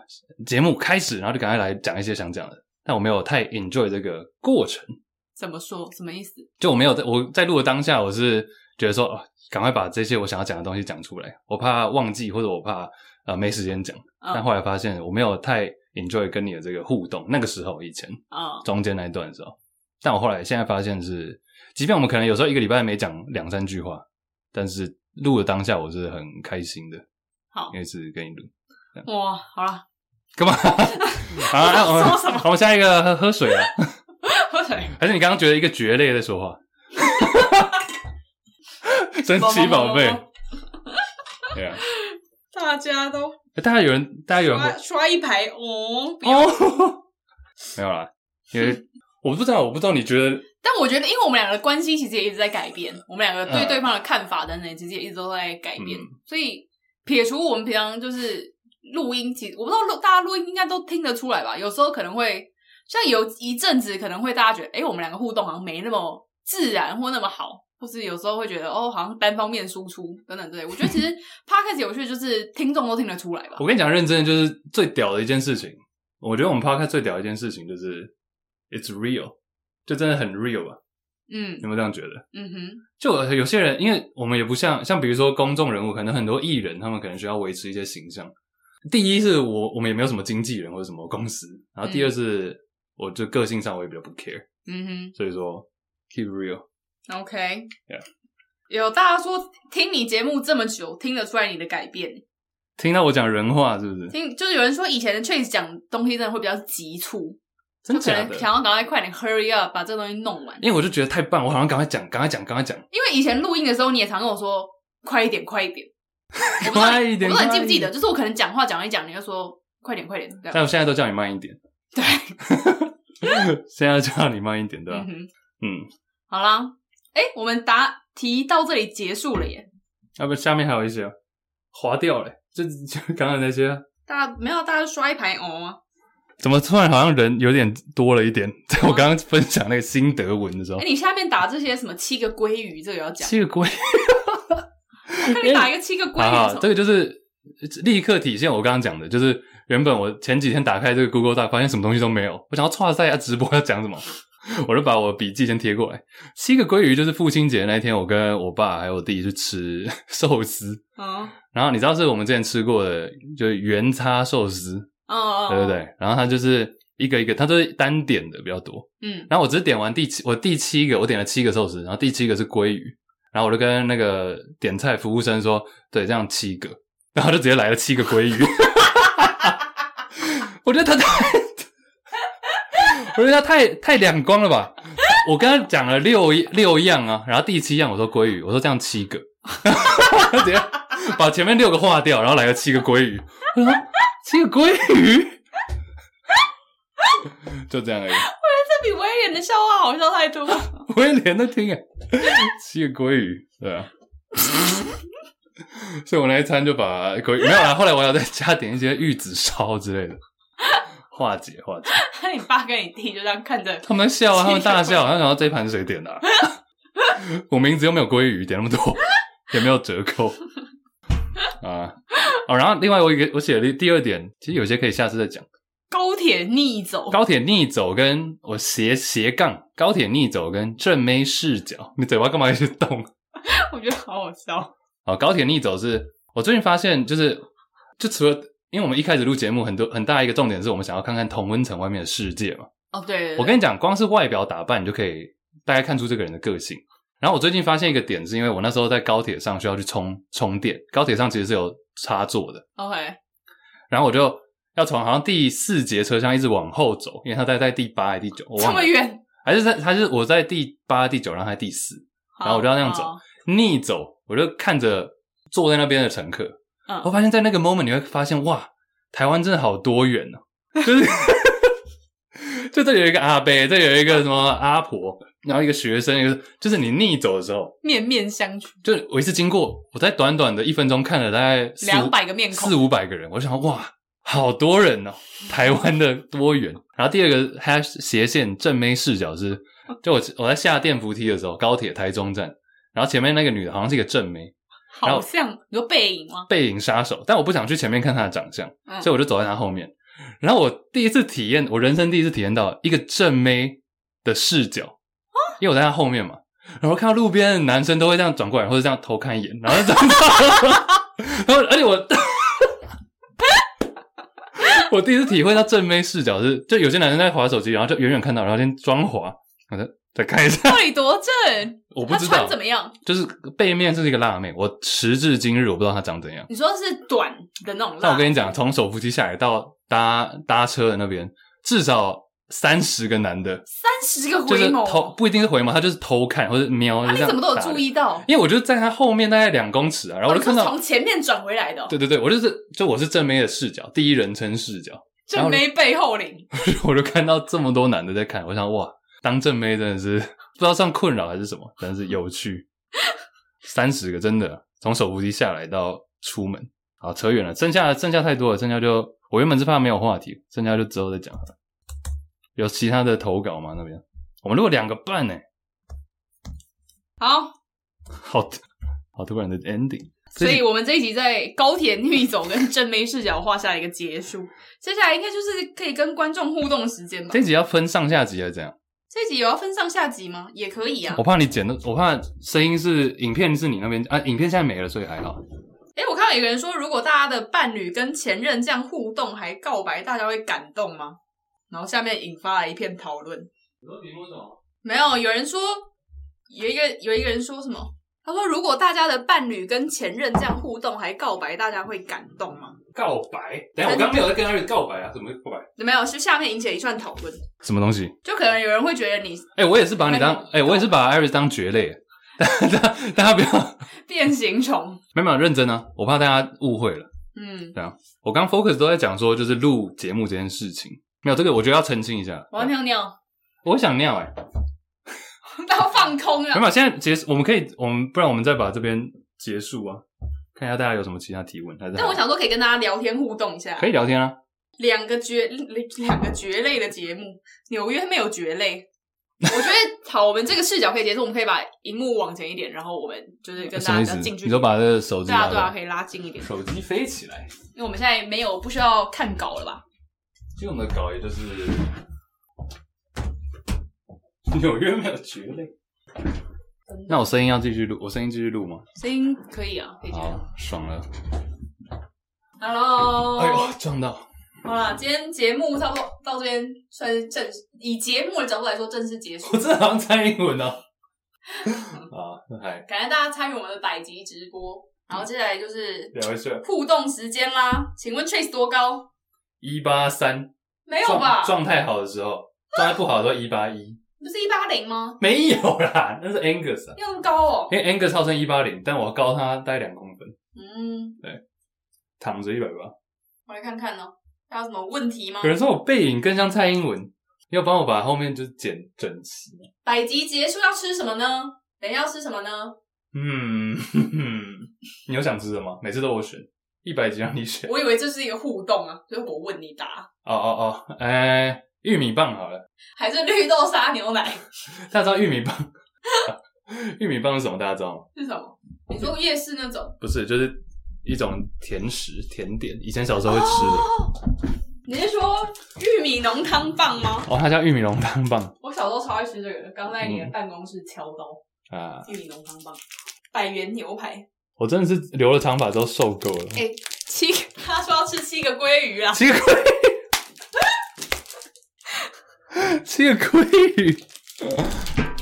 [SPEAKER 1] 节目开始，然后就赶快来讲一些想讲的，但我没有太 enjoy 这个过程。
[SPEAKER 2] 怎么说？什么意思？
[SPEAKER 1] 就我没有在我在录的当下，我是觉得说，哦赶、快把这些我想要讲的东西讲出来，我怕忘记或者我怕呃没时间讲。但
[SPEAKER 2] 嗯
[SPEAKER 1] 后来发现我没有太 enjoy 跟你的这个互动，那个时候以前
[SPEAKER 2] 嗯
[SPEAKER 1] 中间那一段的时候，但我后来现在发现是，即便我们可能有时候一个礼拜没讲两三句话，但是录的当下我是很开心的，
[SPEAKER 2] 好
[SPEAKER 1] 因为是跟你录。
[SPEAKER 2] 哇，好了，
[SPEAKER 1] 干嘛？好啊，我
[SPEAKER 2] 说什么
[SPEAKER 1] 们我们下一个喝喝水啊，
[SPEAKER 2] 喝水。
[SPEAKER 1] *laughs* 还是你刚刚觉得一个蕨类在说 *laughs* 话？神奇宝贝，对啊，
[SPEAKER 2] *laughs* 大家都
[SPEAKER 1] 大家有人，大家有人会
[SPEAKER 2] 刷刷一排哦。不要
[SPEAKER 1] 哦， *laughs* 没有啦，因 *laughs* 为我不知道，我不知道你觉得
[SPEAKER 2] 但我觉得，因为我们两个的关系其实也一直在改变，我们两个对
[SPEAKER 1] 嗯
[SPEAKER 2] 对方的看法等等，其实也一直都在改变。
[SPEAKER 1] 嗯
[SPEAKER 2] 所以撇除我们平常就是录音，其实我不知道录大家录音应该都听得出来吧？有时候可能会像有一阵子可能会大家觉得，哎、我们两个互动好像没那么自然或那么好，或是有时候会觉得哦，好像单方面输出等等之类。我觉得其实 *laughs* podcast 有趣的就是听众都听得出来吧
[SPEAKER 1] 我？跟你讲，认真的就是最屌的一件事情。我觉得我们 podcast 最屌的一件事情就是 it's real，就真的很 real 啊！
[SPEAKER 2] 嗯
[SPEAKER 1] 你有没有这样觉得？
[SPEAKER 2] 嗯哼，
[SPEAKER 1] 就有些人，因为我们也不像像比如说公众人物，可能很多艺人，他们可能需要维持一些形象。第一是我我们也没有什么经纪人或者什么公司，然后第二是、我就个性上我也比较不 care，
[SPEAKER 2] 嗯
[SPEAKER 1] 所以说 keep real。
[SPEAKER 2] 哼，OK，、
[SPEAKER 1] Yeah
[SPEAKER 2] 有大家说听你节目这么久，听得出来你的改变。
[SPEAKER 1] 听到我讲人话是不是？
[SPEAKER 2] 听，就是有人说以前的 Chase 讲东西真的会比较急促，
[SPEAKER 1] 真
[SPEAKER 2] 就可
[SPEAKER 1] 假
[SPEAKER 2] 能
[SPEAKER 1] 的？
[SPEAKER 2] 想要赶快快点 hurry up 把这东西弄完。
[SPEAKER 1] 因为我就觉得太棒，我好像赶快讲，赶快讲，赶快讲，
[SPEAKER 2] 因为以前录音的时候，你也常跟我说快一点，快一
[SPEAKER 1] *laughs*
[SPEAKER 2] 点。我不知道
[SPEAKER 1] 快
[SPEAKER 2] 你，
[SPEAKER 1] 一
[SPEAKER 2] 我
[SPEAKER 1] 点！
[SPEAKER 2] 不知道你
[SPEAKER 1] 快
[SPEAKER 2] 记
[SPEAKER 1] 一
[SPEAKER 2] 不记得，
[SPEAKER 1] 点？
[SPEAKER 2] 就是我可能讲话讲一讲，你就说快点，快点，这
[SPEAKER 1] 但
[SPEAKER 2] 样
[SPEAKER 1] 我现在都叫你慢一点。
[SPEAKER 2] 对。
[SPEAKER 1] *laughs* 现在叫你慢一点，对吧
[SPEAKER 2] 嗯？哼，
[SPEAKER 1] 嗯，
[SPEAKER 2] 好啦，哎、我们答题到这里结束了耶。
[SPEAKER 1] 要不下面还有一些哦划掉嘞，就就刚刚那些，
[SPEAKER 2] 大家没有，大家刷一排哦啊。
[SPEAKER 1] 怎么突然好像人有点多了一点？ *laughs* 在我刚刚分享那个心得文的时候
[SPEAKER 2] 哦哎、，你下面打这些什么七个鲑鱼，这个要
[SPEAKER 1] *laughs*
[SPEAKER 2] 讲。
[SPEAKER 1] 七个龟，
[SPEAKER 2] 我看你打一个七个鲑
[SPEAKER 1] 好
[SPEAKER 2] 鱼
[SPEAKER 1] 好，
[SPEAKER 2] 什
[SPEAKER 1] 啊这个
[SPEAKER 2] 么？
[SPEAKER 1] 就是立刻体现我刚刚讲的，就是原本我前几天打开这个 Google Doc，发现什么东西都没有，我想要串赛下直播要讲什么， *laughs* 我就把我笔记先贴过来。七个鲑鱼就是父亲节那一天，我跟我爸还有我弟去吃 *laughs* 寿司，
[SPEAKER 2] 嗯
[SPEAKER 1] 然后你知道是我们之前吃过的，就是原叉寿司，
[SPEAKER 2] 嗯，
[SPEAKER 1] 对对对，然后它就是一个一个，它都是单点的比较多。
[SPEAKER 2] 嗯
[SPEAKER 1] 然后我只是点完第七，我第七个我点了七个寿司，然后第七个是鲑鱼，然后我就跟那个点菜服务生说，对，这样七个，然后就直接来了七个鲑鱼。 *laughs* 我觉得他太，我觉得他太太两光了吧？我跟他讲了六六样啊，然后第七样我说鲑鱼，我说这样七个， *laughs* 他直接把前面六个划掉，然后来了七个鲑鱼，我说啊七个鲑鱼， *laughs* 就这样而已。
[SPEAKER 2] 这比威廉的笑话好笑太多。 *laughs*
[SPEAKER 1] 我也连着听哎，七个鲑鱼，对啊。所以我那一餐就把鲑鱼没有啦，后来我还有再加点一些玉子烧之类的，化解化解。
[SPEAKER 2] 那你爸跟你弟就这样看着，
[SPEAKER 1] 他们笑啊，他们大笑，他们想到这一盘谁点的、啊？ *laughs* 我名字又没有鲑鱼，点那么多也没有折扣啊。哦，然后另外我有一个我写了第二点，其实有些可以下次再讲。
[SPEAKER 2] 高铁逆走，
[SPEAKER 1] 高铁逆走跟我斜斜杠，高铁逆走跟正妹视角，你嘴巴干嘛一直动？
[SPEAKER 2] *laughs* 我觉得好好笑。
[SPEAKER 1] 啊，高铁逆走是我最近发现，就是就除了因为我们一开始录节目，很多很大一个重点是我们想要看看同温层外面的世界嘛。
[SPEAKER 2] 哦，对对对，
[SPEAKER 1] 我跟你讲，光是外表打扮，你就可以大概看出这个人的个性。然后我最近发现一个点，是因为我那时候在高铁上需要去充充电，高铁上其实是有插座的，
[SPEAKER 2] OK，
[SPEAKER 1] 然后我就要从好像第四节车厢一直往后走，因为他在在第八还是第九，我
[SPEAKER 2] 这
[SPEAKER 1] 忘
[SPEAKER 2] 么
[SPEAKER 1] 了，
[SPEAKER 2] 远，
[SPEAKER 1] 还是在还是我在第八、第九，然后还第四，
[SPEAKER 2] 好
[SPEAKER 1] 然后我就要那样走
[SPEAKER 2] 好
[SPEAKER 1] 逆走，我就看着坐在那边的乘客，
[SPEAKER 2] 嗯
[SPEAKER 1] 我发现在那个 moment 你会发现，哇，台湾真的好多元哦、就是 *laughs* 就这里有一个阿伯，这里有一个什么阿婆，然后一个学生，一个就是你逆走的时候，
[SPEAKER 2] 面面相觑，
[SPEAKER 1] 就我一次经过，我在短短的一分钟看了大概四五
[SPEAKER 2] 200个面孔
[SPEAKER 1] 四五百个人，我就想哇，好多人哦、台湾的多元。然后第二个 hash 斜线正妹视角是，就我我在下电扶梯的时候，高铁台中站，然后前面那个女的好像是一个正妹，然
[SPEAKER 2] 好
[SPEAKER 1] 后
[SPEAKER 2] 像你说背影吗？
[SPEAKER 1] 背影杀手，但我不想去前面看她的长相，
[SPEAKER 2] 嗯
[SPEAKER 1] 所以我就走在她后面。然后我第一次体验，我人生第一次体验到一个正妹的视角，因为我在她后面嘛。然后看到路边的男生都会这样转过来，或者这样偷看一眼，然后就这样然后而且我 *laughs* 我第一次体会到正妹视角是，就有些男生在滑手机，然后就远远看到，然后先装滑，我再再看一下，
[SPEAKER 2] 到底多正？
[SPEAKER 1] 我不
[SPEAKER 2] 他
[SPEAKER 1] 知道
[SPEAKER 2] 穿怎么样？
[SPEAKER 1] 就是背面是一个辣妹，我时至今日我不知道她长怎样。
[SPEAKER 2] 你说是短的那种
[SPEAKER 1] 但
[SPEAKER 2] 辣？
[SPEAKER 1] 我跟你讲，从手扶梯下来到搭搭车的那边，至少三十个男的，
[SPEAKER 2] 三十个
[SPEAKER 1] 就是
[SPEAKER 2] 回眸，
[SPEAKER 1] 偷，不一定是回眸，他就是偷看或者瞄，
[SPEAKER 2] 那
[SPEAKER 1] 就
[SPEAKER 2] 你
[SPEAKER 1] 这样
[SPEAKER 2] 怎么都有
[SPEAKER 1] 打
[SPEAKER 2] 注意到？
[SPEAKER 1] 因为我就在他后面大概两公尺啊，然后我就
[SPEAKER 2] 哦
[SPEAKER 1] 看
[SPEAKER 2] 你说
[SPEAKER 1] 到
[SPEAKER 2] 从，前面转回来的哦，
[SPEAKER 1] 对对对，我就是就我是正妹的视角，第一人称视角，然
[SPEAKER 2] 正
[SPEAKER 1] 后
[SPEAKER 2] 妹背后领，
[SPEAKER 1] 我就看到这么多男的在看，我想哇，当正妹真的是不知道算困扰还是什么，但是有趣。三十个真的从手扶梯下来到出门，好扯远了，剩下剩下太多了，剩下就我原本是怕没有话题，剩下就之后再讲好了。有其他的投稿吗？那边我们录了两个半呢、
[SPEAKER 2] 好，
[SPEAKER 1] 好好突然的 ending，
[SPEAKER 2] 所以我们这一集在高铁逆走跟正妹视角画下一个结 *laughs* 束。接下来应该就是可以跟观众互动的时间吧
[SPEAKER 1] 这。集要分上下集还是怎样？
[SPEAKER 2] 这一集有要分上下集吗？也可以啊
[SPEAKER 1] 我。怕你剪的，我怕声音是影片是你那边啊，影片现在没了，所以还好。
[SPEAKER 2] 哎、我看到有个人说，如果大家的伴侣跟前任这样互动还告白，大家会感动吗？然后下面引发了一片讨论。没有，有人说有一个有一个人说什么？他说，如果大家的伴侣跟前任这样互动还告白，大家会感动吗？
[SPEAKER 1] 告白？等一下，我刚刚没有在跟艾瑞告白啊，怎么会告白？
[SPEAKER 2] 没有，是下面引起了一串讨论，
[SPEAKER 1] 什么东西？
[SPEAKER 2] 就可能有人会觉得你
[SPEAKER 1] 哎、我也是把你当，哎、
[SPEAKER 2] 哎
[SPEAKER 1] 我也是把艾瑞当蕨类， *laughs* 大家大家不要，
[SPEAKER 2] 变形虫。
[SPEAKER 1] 没有没有认真啊，我怕大家误会了。
[SPEAKER 2] 嗯，
[SPEAKER 1] 我刚 focus 都在讲说，就是录节目这件事情，没有这个，我觉得要澄清一下。
[SPEAKER 2] 我要哦尿尿，
[SPEAKER 1] 我想尿哎、
[SPEAKER 2] 到放空
[SPEAKER 1] 没
[SPEAKER 2] 了。
[SPEAKER 1] 有，现在结束，我们可以，我们不然我们再把这边结束啊，看一下大家有什么其他提问还是？
[SPEAKER 2] 但我想说，可以跟大家聊天互动一下
[SPEAKER 1] 可。以聊天啊。
[SPEAKER 2] 两个绝两个绝类的节目，纽约没有绝类。我觉得好，我们这个视角可以结束，我们可以把荧幕往前一点，然后我们就是跟
[SPEAKER 1] 什么
[SPEAKER 2] 大
[SPEAKER 1] 意
[SPEAKER 2] 家
[SPEAKER 1] 思？
[SPEAKER 2] 近
[SPEAKER 1] 你
[SPEAKER 2] 距离。
[SPEAKER 1] 说
[SPEAKER 2] 对
[SPEAKER 1] 把这个手机
[SPEAKER 2] 啊，
[SPEAKER 1] 拿
[SPEAKER 2] 对啊，
[SPEAKER 1] 过来
[SPEAKER 2] 可以拉近一点，
[SPEAKER 1] 手机飞起来，
[SPEAKER 2] 因为我们现在没有不需要看稿了吧？
[SPEAKER 1] 这种的稿也就是 *laughs* 纽约没有绝类。那我声音要继续录，我声音继续录吗？
[SPEAKER 2] 声音可以啊，可以这样。
[SPEAKER 1] 好，爽了！ *laughs*
[SPEAKER 2] Hello，、
[SPEAKER 1] 哎哎呦，撞到！
[SPEAKER 2] 好啦，今天节目差不多到这边算是正式，以节目的角度来说正式结束
[SPEAKER 1] 我。真的好像蔡英文哦。
[SPEAKER 2] *laughs*
[SPEAKER 1] 啊，那还
[SPEAKER 2] 感谢大家参与我们的百集直播，然后接下来就是
[SPEAKER 1] 两位是
[SPEAKER 2] 互动时间啦。请问 Trace 多高？
[SPEAKER 1] 一八三，
[SPEAKER 2] 没有吧
[SPEAKER 1] 状？状态好的时候，状态不好的时候一八一，
[SPEAKER 2] 不是一八零吗？
[SPEAKER 1] 没有啦，那是 Angus 啊，
[SPEAKER 2] 要那么高哦。
[SPEAKER 1] 因为 Angus 号称一八零，但我高他大概两公分，
[SPEAKER 2] 嗯，
[SPEAKER 1] 躺着一百八。
[SPEAKER 2] 我来看看哦，还有什么问题吗
[SPEAKER 1] 有？人说我背影更像蔡英文，要帮我把后面就是剪整齐。
[SPEAKER 2] 百集结束要吃什么呢？等一下要吃什么呢？
[SPEAKER 1] 嗯， *laughs* 你有想吃什么？每次都我选，一百集让你选。
[SPEAKER 2] 我以为这是一个互动啊，就是我问你答，
[SPEAKER 1] 哦哦哦，哎、玉米棒好了，
[SPEAKER 2] 还是绿豆沙牛奶
[SPEAKER 1] 大家知道玉米棒？ *laughs* 玉米棒是什么？大家知道吗？
[SPEAKER 2] 是什么？你说夜市那种？
[SPEAKER 1] 不是，就是一种甜食甜点，以前小时候会吃的。
[SPEAKER 2] 哦，你是说玉米浓汤棒吗？
[SPEAKER 1] 哦，它叫玉米浓汤棒
[SPEAKER 2] 我小时候超爱吃这个的，刚在你的办公室敲刀，
[SPEAKER 1] 啊！
[SPEAKER 2] 玉米浓汤棒，百元牛排。
[SPEAKER 1] 我真的是留了长发之后受够了。
[SPEAKER 2] 哎七，他说要吃七个鲑鱼啊，
[SPEAKER 1] 七个鲑鱼，七个鲑鱼。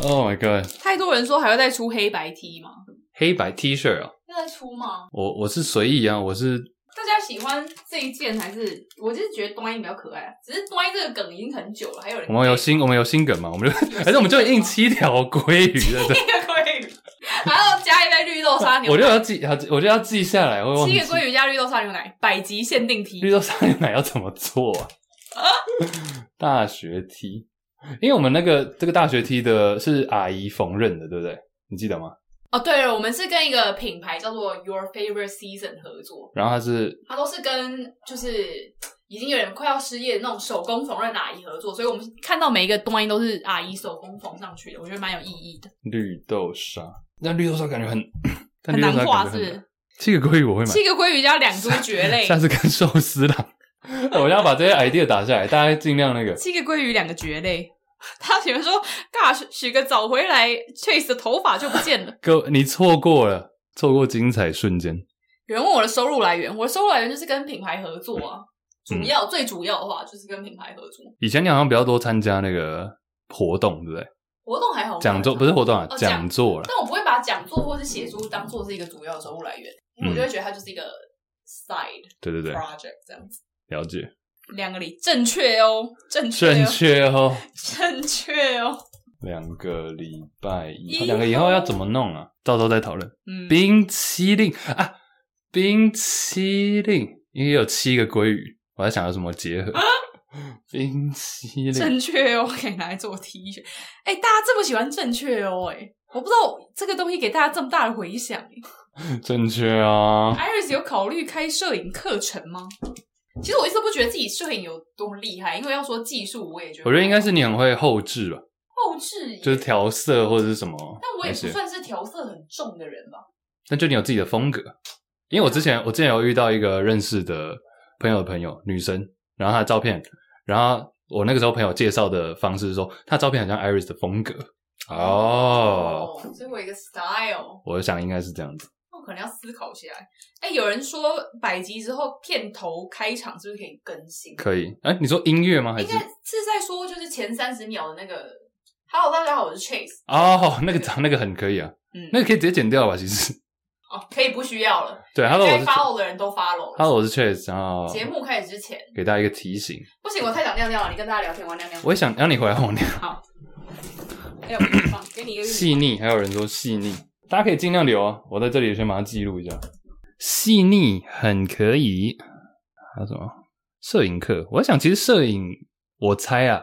[SPEAKER 1] Oh my god！
[SPEAKER 2] 太多人说还会再出黑白 T 吗？
[SPEAKER 1] 黑白 T 恤啊，
[SPEAKER 2] 要再出吗？
[SPEAKER 1] 我我是随意啊，我是
[SPEAKER 2] 大家喜欢这一件还是？我就是觉得端一比较可爱啊，只是端一这个梗已经很久了，还有人
[SPEAKER 1] 我们有新我们有新梗嘛，我
[SPEAKER 2] *laughs*
[SPEAKER 1] 们就还是我们就印七条鲑鱼的，
[SPEAKER 2] 七个鲑鱼，还要加一杯绿豆沙
[SPEAKER 1] 对
[SPEAKER 2] 牛
[SPEAKER 1] 我就
[SPEAKER 2] 奶，
[SPEAKER 1] 要记，好我就要记下来， *laughs* 我会忘
[SPEAKER 2] 七
[SPEAKER 1] 记
[SPEAKER 2] 个。鲑鱼加绿豆沙牛奶，百集限定题
[SPEAKER 1] 绿。豆沙牛奶要怎么做啊？ *laughs* 大学梯，因为我们那个这个大学梯的是阿姨缝纫的，对不对？你记得吗？
[SPEAKER 2] 哦，对了，我们是跟一个品牌叫做 Your Favorite Season 合作，
[SPEAKER 1] 然后它是
[SPEAKER 2] 它都是跟就是已经有点快要失业的那种手工缝纫的阿姨合作，所以我们看到每一个端一都是阿姨手工缝上去的，我觉得蛮有意义的，
[SPEAKER 1] 绿豆沙，那绿豆沙感觉很， *coughs* 但
[SPEAKER 2] 很
[SPEAKER 1] 绿豆
[SPEAKER 2] 难
[SPEAKER 1] 沙
[SPEAKER 2] 画
[SPEAKER 1] 感
[SPEAKER 2] 是
[SPEAKER 1] 觉
[SPEAKER 2] 不
[SPEAKER 1] 很难
[SPEAKER 2] 是？
[SPEAKER 1] 七个鲑鱼我会买，
[SPEAKER 2] 七个鲑鱼加两株蕨类，
[SPEAKER 1] *laughs* 下次跟寿司郎， *laughs* 我要把这些 idea 打下来，大家尽量那个。
[SPEAKER 2] 七个鲑鱼，两个蕨类。他喜欢说：“尬洗洗个澡回来，Chase 的头发就不见了。
[SPEAKER 1] 各位，你错过了，错过精彩瞬间。”
[SPEAKER 2] 有人问我的收入来源，我的收入来源就是跟品牌合作啊，主
[SPEAKER 1] 嗯
[SPEAKER 2] 要、最主要的话就是跟品牌合作。
[SPEAKER 1] 以前你好像比较多参加那个活动，对不对？
[SPEAKER 2] 活动还好，
[SPEAKER 1] 讲座不是活动啊，
[SPEAKER 2] 哦
[SPEAKER 1] 讲座啦。
[SPEAKER 2] 但我不会把讲座或是写书当做是一个主要的收入来源，因为我就会觉得它就是一个 side
[SPEAKER 1] 嗯对对对，
[SPEAKER 2] project 这样子。
[SPEAKER 1] 了解，
[SPEAKER 2] 两个礼正确哦，正确、哦，
[SPEAKER 1] 正确哦。
[SPEAKER 2] *laughs* 正确哦。
[SPEAKER 1] 两个礼拜以后，
[SPEAKER 2] 以后
[SPEAKER 1] 两个以后要怎么弄啊？到时候再讨论。
[SPEAKER 2] 嗯，
[SPEAKER 1] 冰淇淋啊，冰淇淋，因为有七个鲑鱼，我在想有什么结合。冰淇淋，
[SPEAKER 2] 正确哦，可以拿来做 T 恤。哎、大家这么喜欢正确哦、哎，我不知道这个东西给大家这么大的回响、哎
[SPEAKER 1] 正确啊。
[SPEAKER 2] Iris 有考虑开摄影课程吗？其实我一直都不觉得自己摄影有多么厉害，因为要说技术，我也觉得
[SPEAKER 1] 我觉得应该是你很会后置吧，
[SPEAKER 2] 后置，
[SPEAKER 1] 就是。调色或者是什么
[SPEAKER 2] 但我也
[SPEAKER 1] 那
[SPEAKER 2] 不
[SPEAKER 1] 些，
[SPEAKER 2] 算是调色很重的人吧。
[SPEAKER 1] 但就你有自己的风格。因为我之前我之前有遇到一个认识的朋友的朋友女生，然后她的照片，然后我那个时候朋友介绍的方式是说，她的照片很像 Iris 的风格哦。
[SPEAKER 2] 哦，所以我有一个 style，
[SPEAKER 1] 我想应该是这样子。
[SPEAKER 2] 那我可能要思考起来。哎、有人说百集之后片头开场是不是可以更新？
[SPEAKER 1] 可以，哎、你说音乐吗？还
[SPEAKER 2] 应
[SPEAKER 1] 是
[SPEAKER 2] 该是在说就是前三十秒的那个 “Hello，大家好，我是 Chase”，
[SPEAKER 1] 哦，那个那个很可以啊，
[SPEAKER 2] 嗯，
[SPEAKER 1] 那个可以直接剪掉吧？其实，
[SPEAKER 2] 哦，可以不需要了。
[SPEAKER 1] 对，Hello，我
[SPEAKER 2] 该
[SPEAKER 1] 是
[SPEAKER 2] follow 的人都 follow 了。
[SPEAKER 1] Hello，我是 Chase，然后
[SPEAKER 2] 节目开始之前，
[SPEAKER 1] 给大家一个提醒，
[SPEAKER 2] 不行，我太想尿尿了。你跟大家聊天，我要尿尿。
[SPEAKER 1] 我也想让你回来我聊
[SPEAKER 2] 好，哎呦，我放给你一个玉米
[SPEAKER 1] 细腻，还有人说细腻，大家可以尽量留啊，我在这里先把它记录一下，细腻很可以，还有什么摄影课？我在想，其实摄影，我猜啊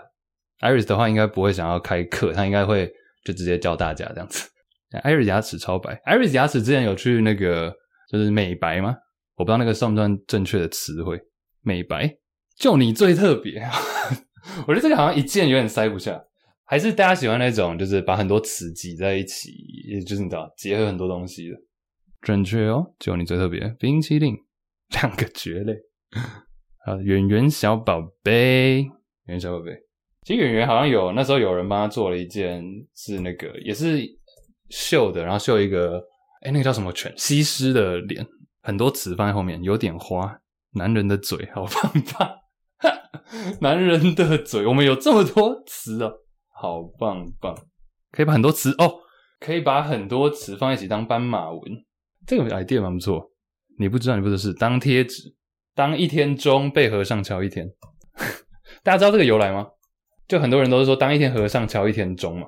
[SPEAKER 1] ，Iris 的话应该不会想要开课，他应该会就直接教大家这样子。Iris 哎牙齿超白，Iris 牙齿之前有去那个就是美白吗？我不知道那个算不算正确的词汇，美白，就你最特别。 *laughs* 我觉得这个好像一件有点塞不下，还是大家喜欢那种就是把很多词挤在一起，也就是你知道结合很多东西的。准确哦，就你最特别，冰淇淋 *laughs* 两个蕨类，啊，圆圆小宝贝，圆圆小宝贝。其实圆圆好像有那时候有人帮他做了一件是那个也是绣的，然后绣一个哎那个叫什么犬西施的脸，很多词放在后面，有点花，男人的嘴好棒棒。 *laughs* 男人的嘴，我们有这么多词啊，好棒棒！可以把很多词哦，可以把很多词放一起当斑马文，这个 idea 蛮不错。你不知道，你不知道是当贴纸，当一天钟被和尚敲一天。 *laughs* 大家知道这个由来吗？就很多人都是说当一天和尚敲一天钟嘛，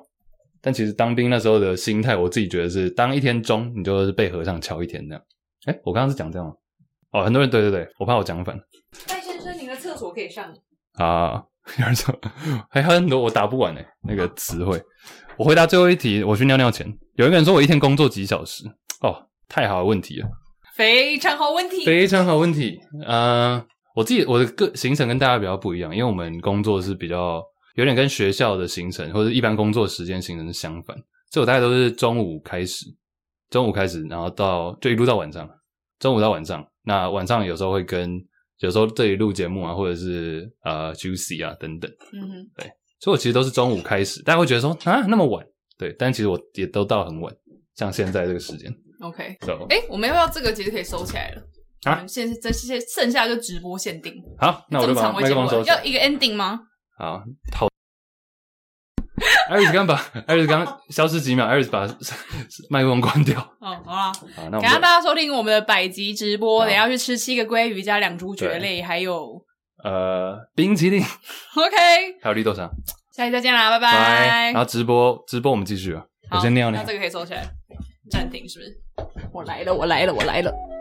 [SPEAKER 1] 但其实当兵那时候的心态，我自己觉得是当一天钟，你就是被和尚敲一天这样。哎、我刚刚是讲这样吗？哦，很多人对对对，我怕我讲反。
[SPEAKER 2] 戴先生，您的厕所可以上。
[SPEAKER 1] 啊，有人说哎还很多我答不完呢、欸那个词汇。我回答最后一题，我去尿尿前，有一个人说我一天工作几小时，哦，太好的问题了，
[SPEAKER 2] 非常好问题。
[SPEAKER 1] 非常好问题。呃，我自己我的个行程跟大家比较不一样，因为我们工作是比较有点跟学校的行程或者一般工作时间行程是相反，所以我大概都是中午开始，中午开始，然后到就一路到晚上，中午到晚上。那晚上有时候会跟有时候这里录节目啊，或者是呃 Juicy 啊等等。
[SPEAKER 2] 嗯哼，
[SPEAKER 1] 所以我其实都是中午开始，大家会觉得说啊那么晚，对，但其实我也都到很晚，像现在这个时间。
[SPEAKER 2] OK。
[SPEAKER 1] So,
[SPEAKER 2] 哎、我们要不要这个其实可以收起来了？
[SPEAKER 1] 啊
[SPEAKER 2] 我们现在这些剩下就直播限定，
[SPEAKER 1] 好，那我
[SPEAKER 2] 哎这
[SPEAKER 1] 就
[SPEAKER 2] 么
[SPEAKER 1] 把
[SPEAKER 2] 常规
[SPEAKER 1] 麦克
[SPEAKER 2] 节目
[SPEAKER 1] 风收
[SPEAKER 2] 了
[SPEAKER 1] 起来
[SPEAKER 2] 要。一个 ending 吗？
[SPEAKER 1] 好，好，艾瑞斯刚把艾瑞斯刚消失几秒，艾瑞斯把 *laughs* 麦克风关掉。
[SPEAKER 2] 哦，好啦，
[SPEAKER 1] 好，那我们
[SPEAKER 2] 感谢
[SPEAKER 1] 就
[SPEAKER 2] 大家收听我们的百集直播，
[SPEAKER 1] 好
[SPEAKER 2] 等一下去吃七个鲑鱼加两株蕨类，还有 *laughs*
[SPEAKER 1] 呃冰淇淋
[SPEAKER 2] OK，
[SPEAKER 1] 还有绿豆沙，
[SPEAKER 2] 下期再见啦，拜
[SPEAKER 1] 拜。
[SPEAKER 2] 拜。
[SPEAKER 1] 然后直播直播我们继续啊，我
[SPEAKER 2] 好
[SPEAKER 1] 先尿
[SPEAKER 2] 那
[SPEAKER 1] 尿
[SPEAKER 2] 这。个可以收起来，暂停是不是？我来了，我来了，我来了。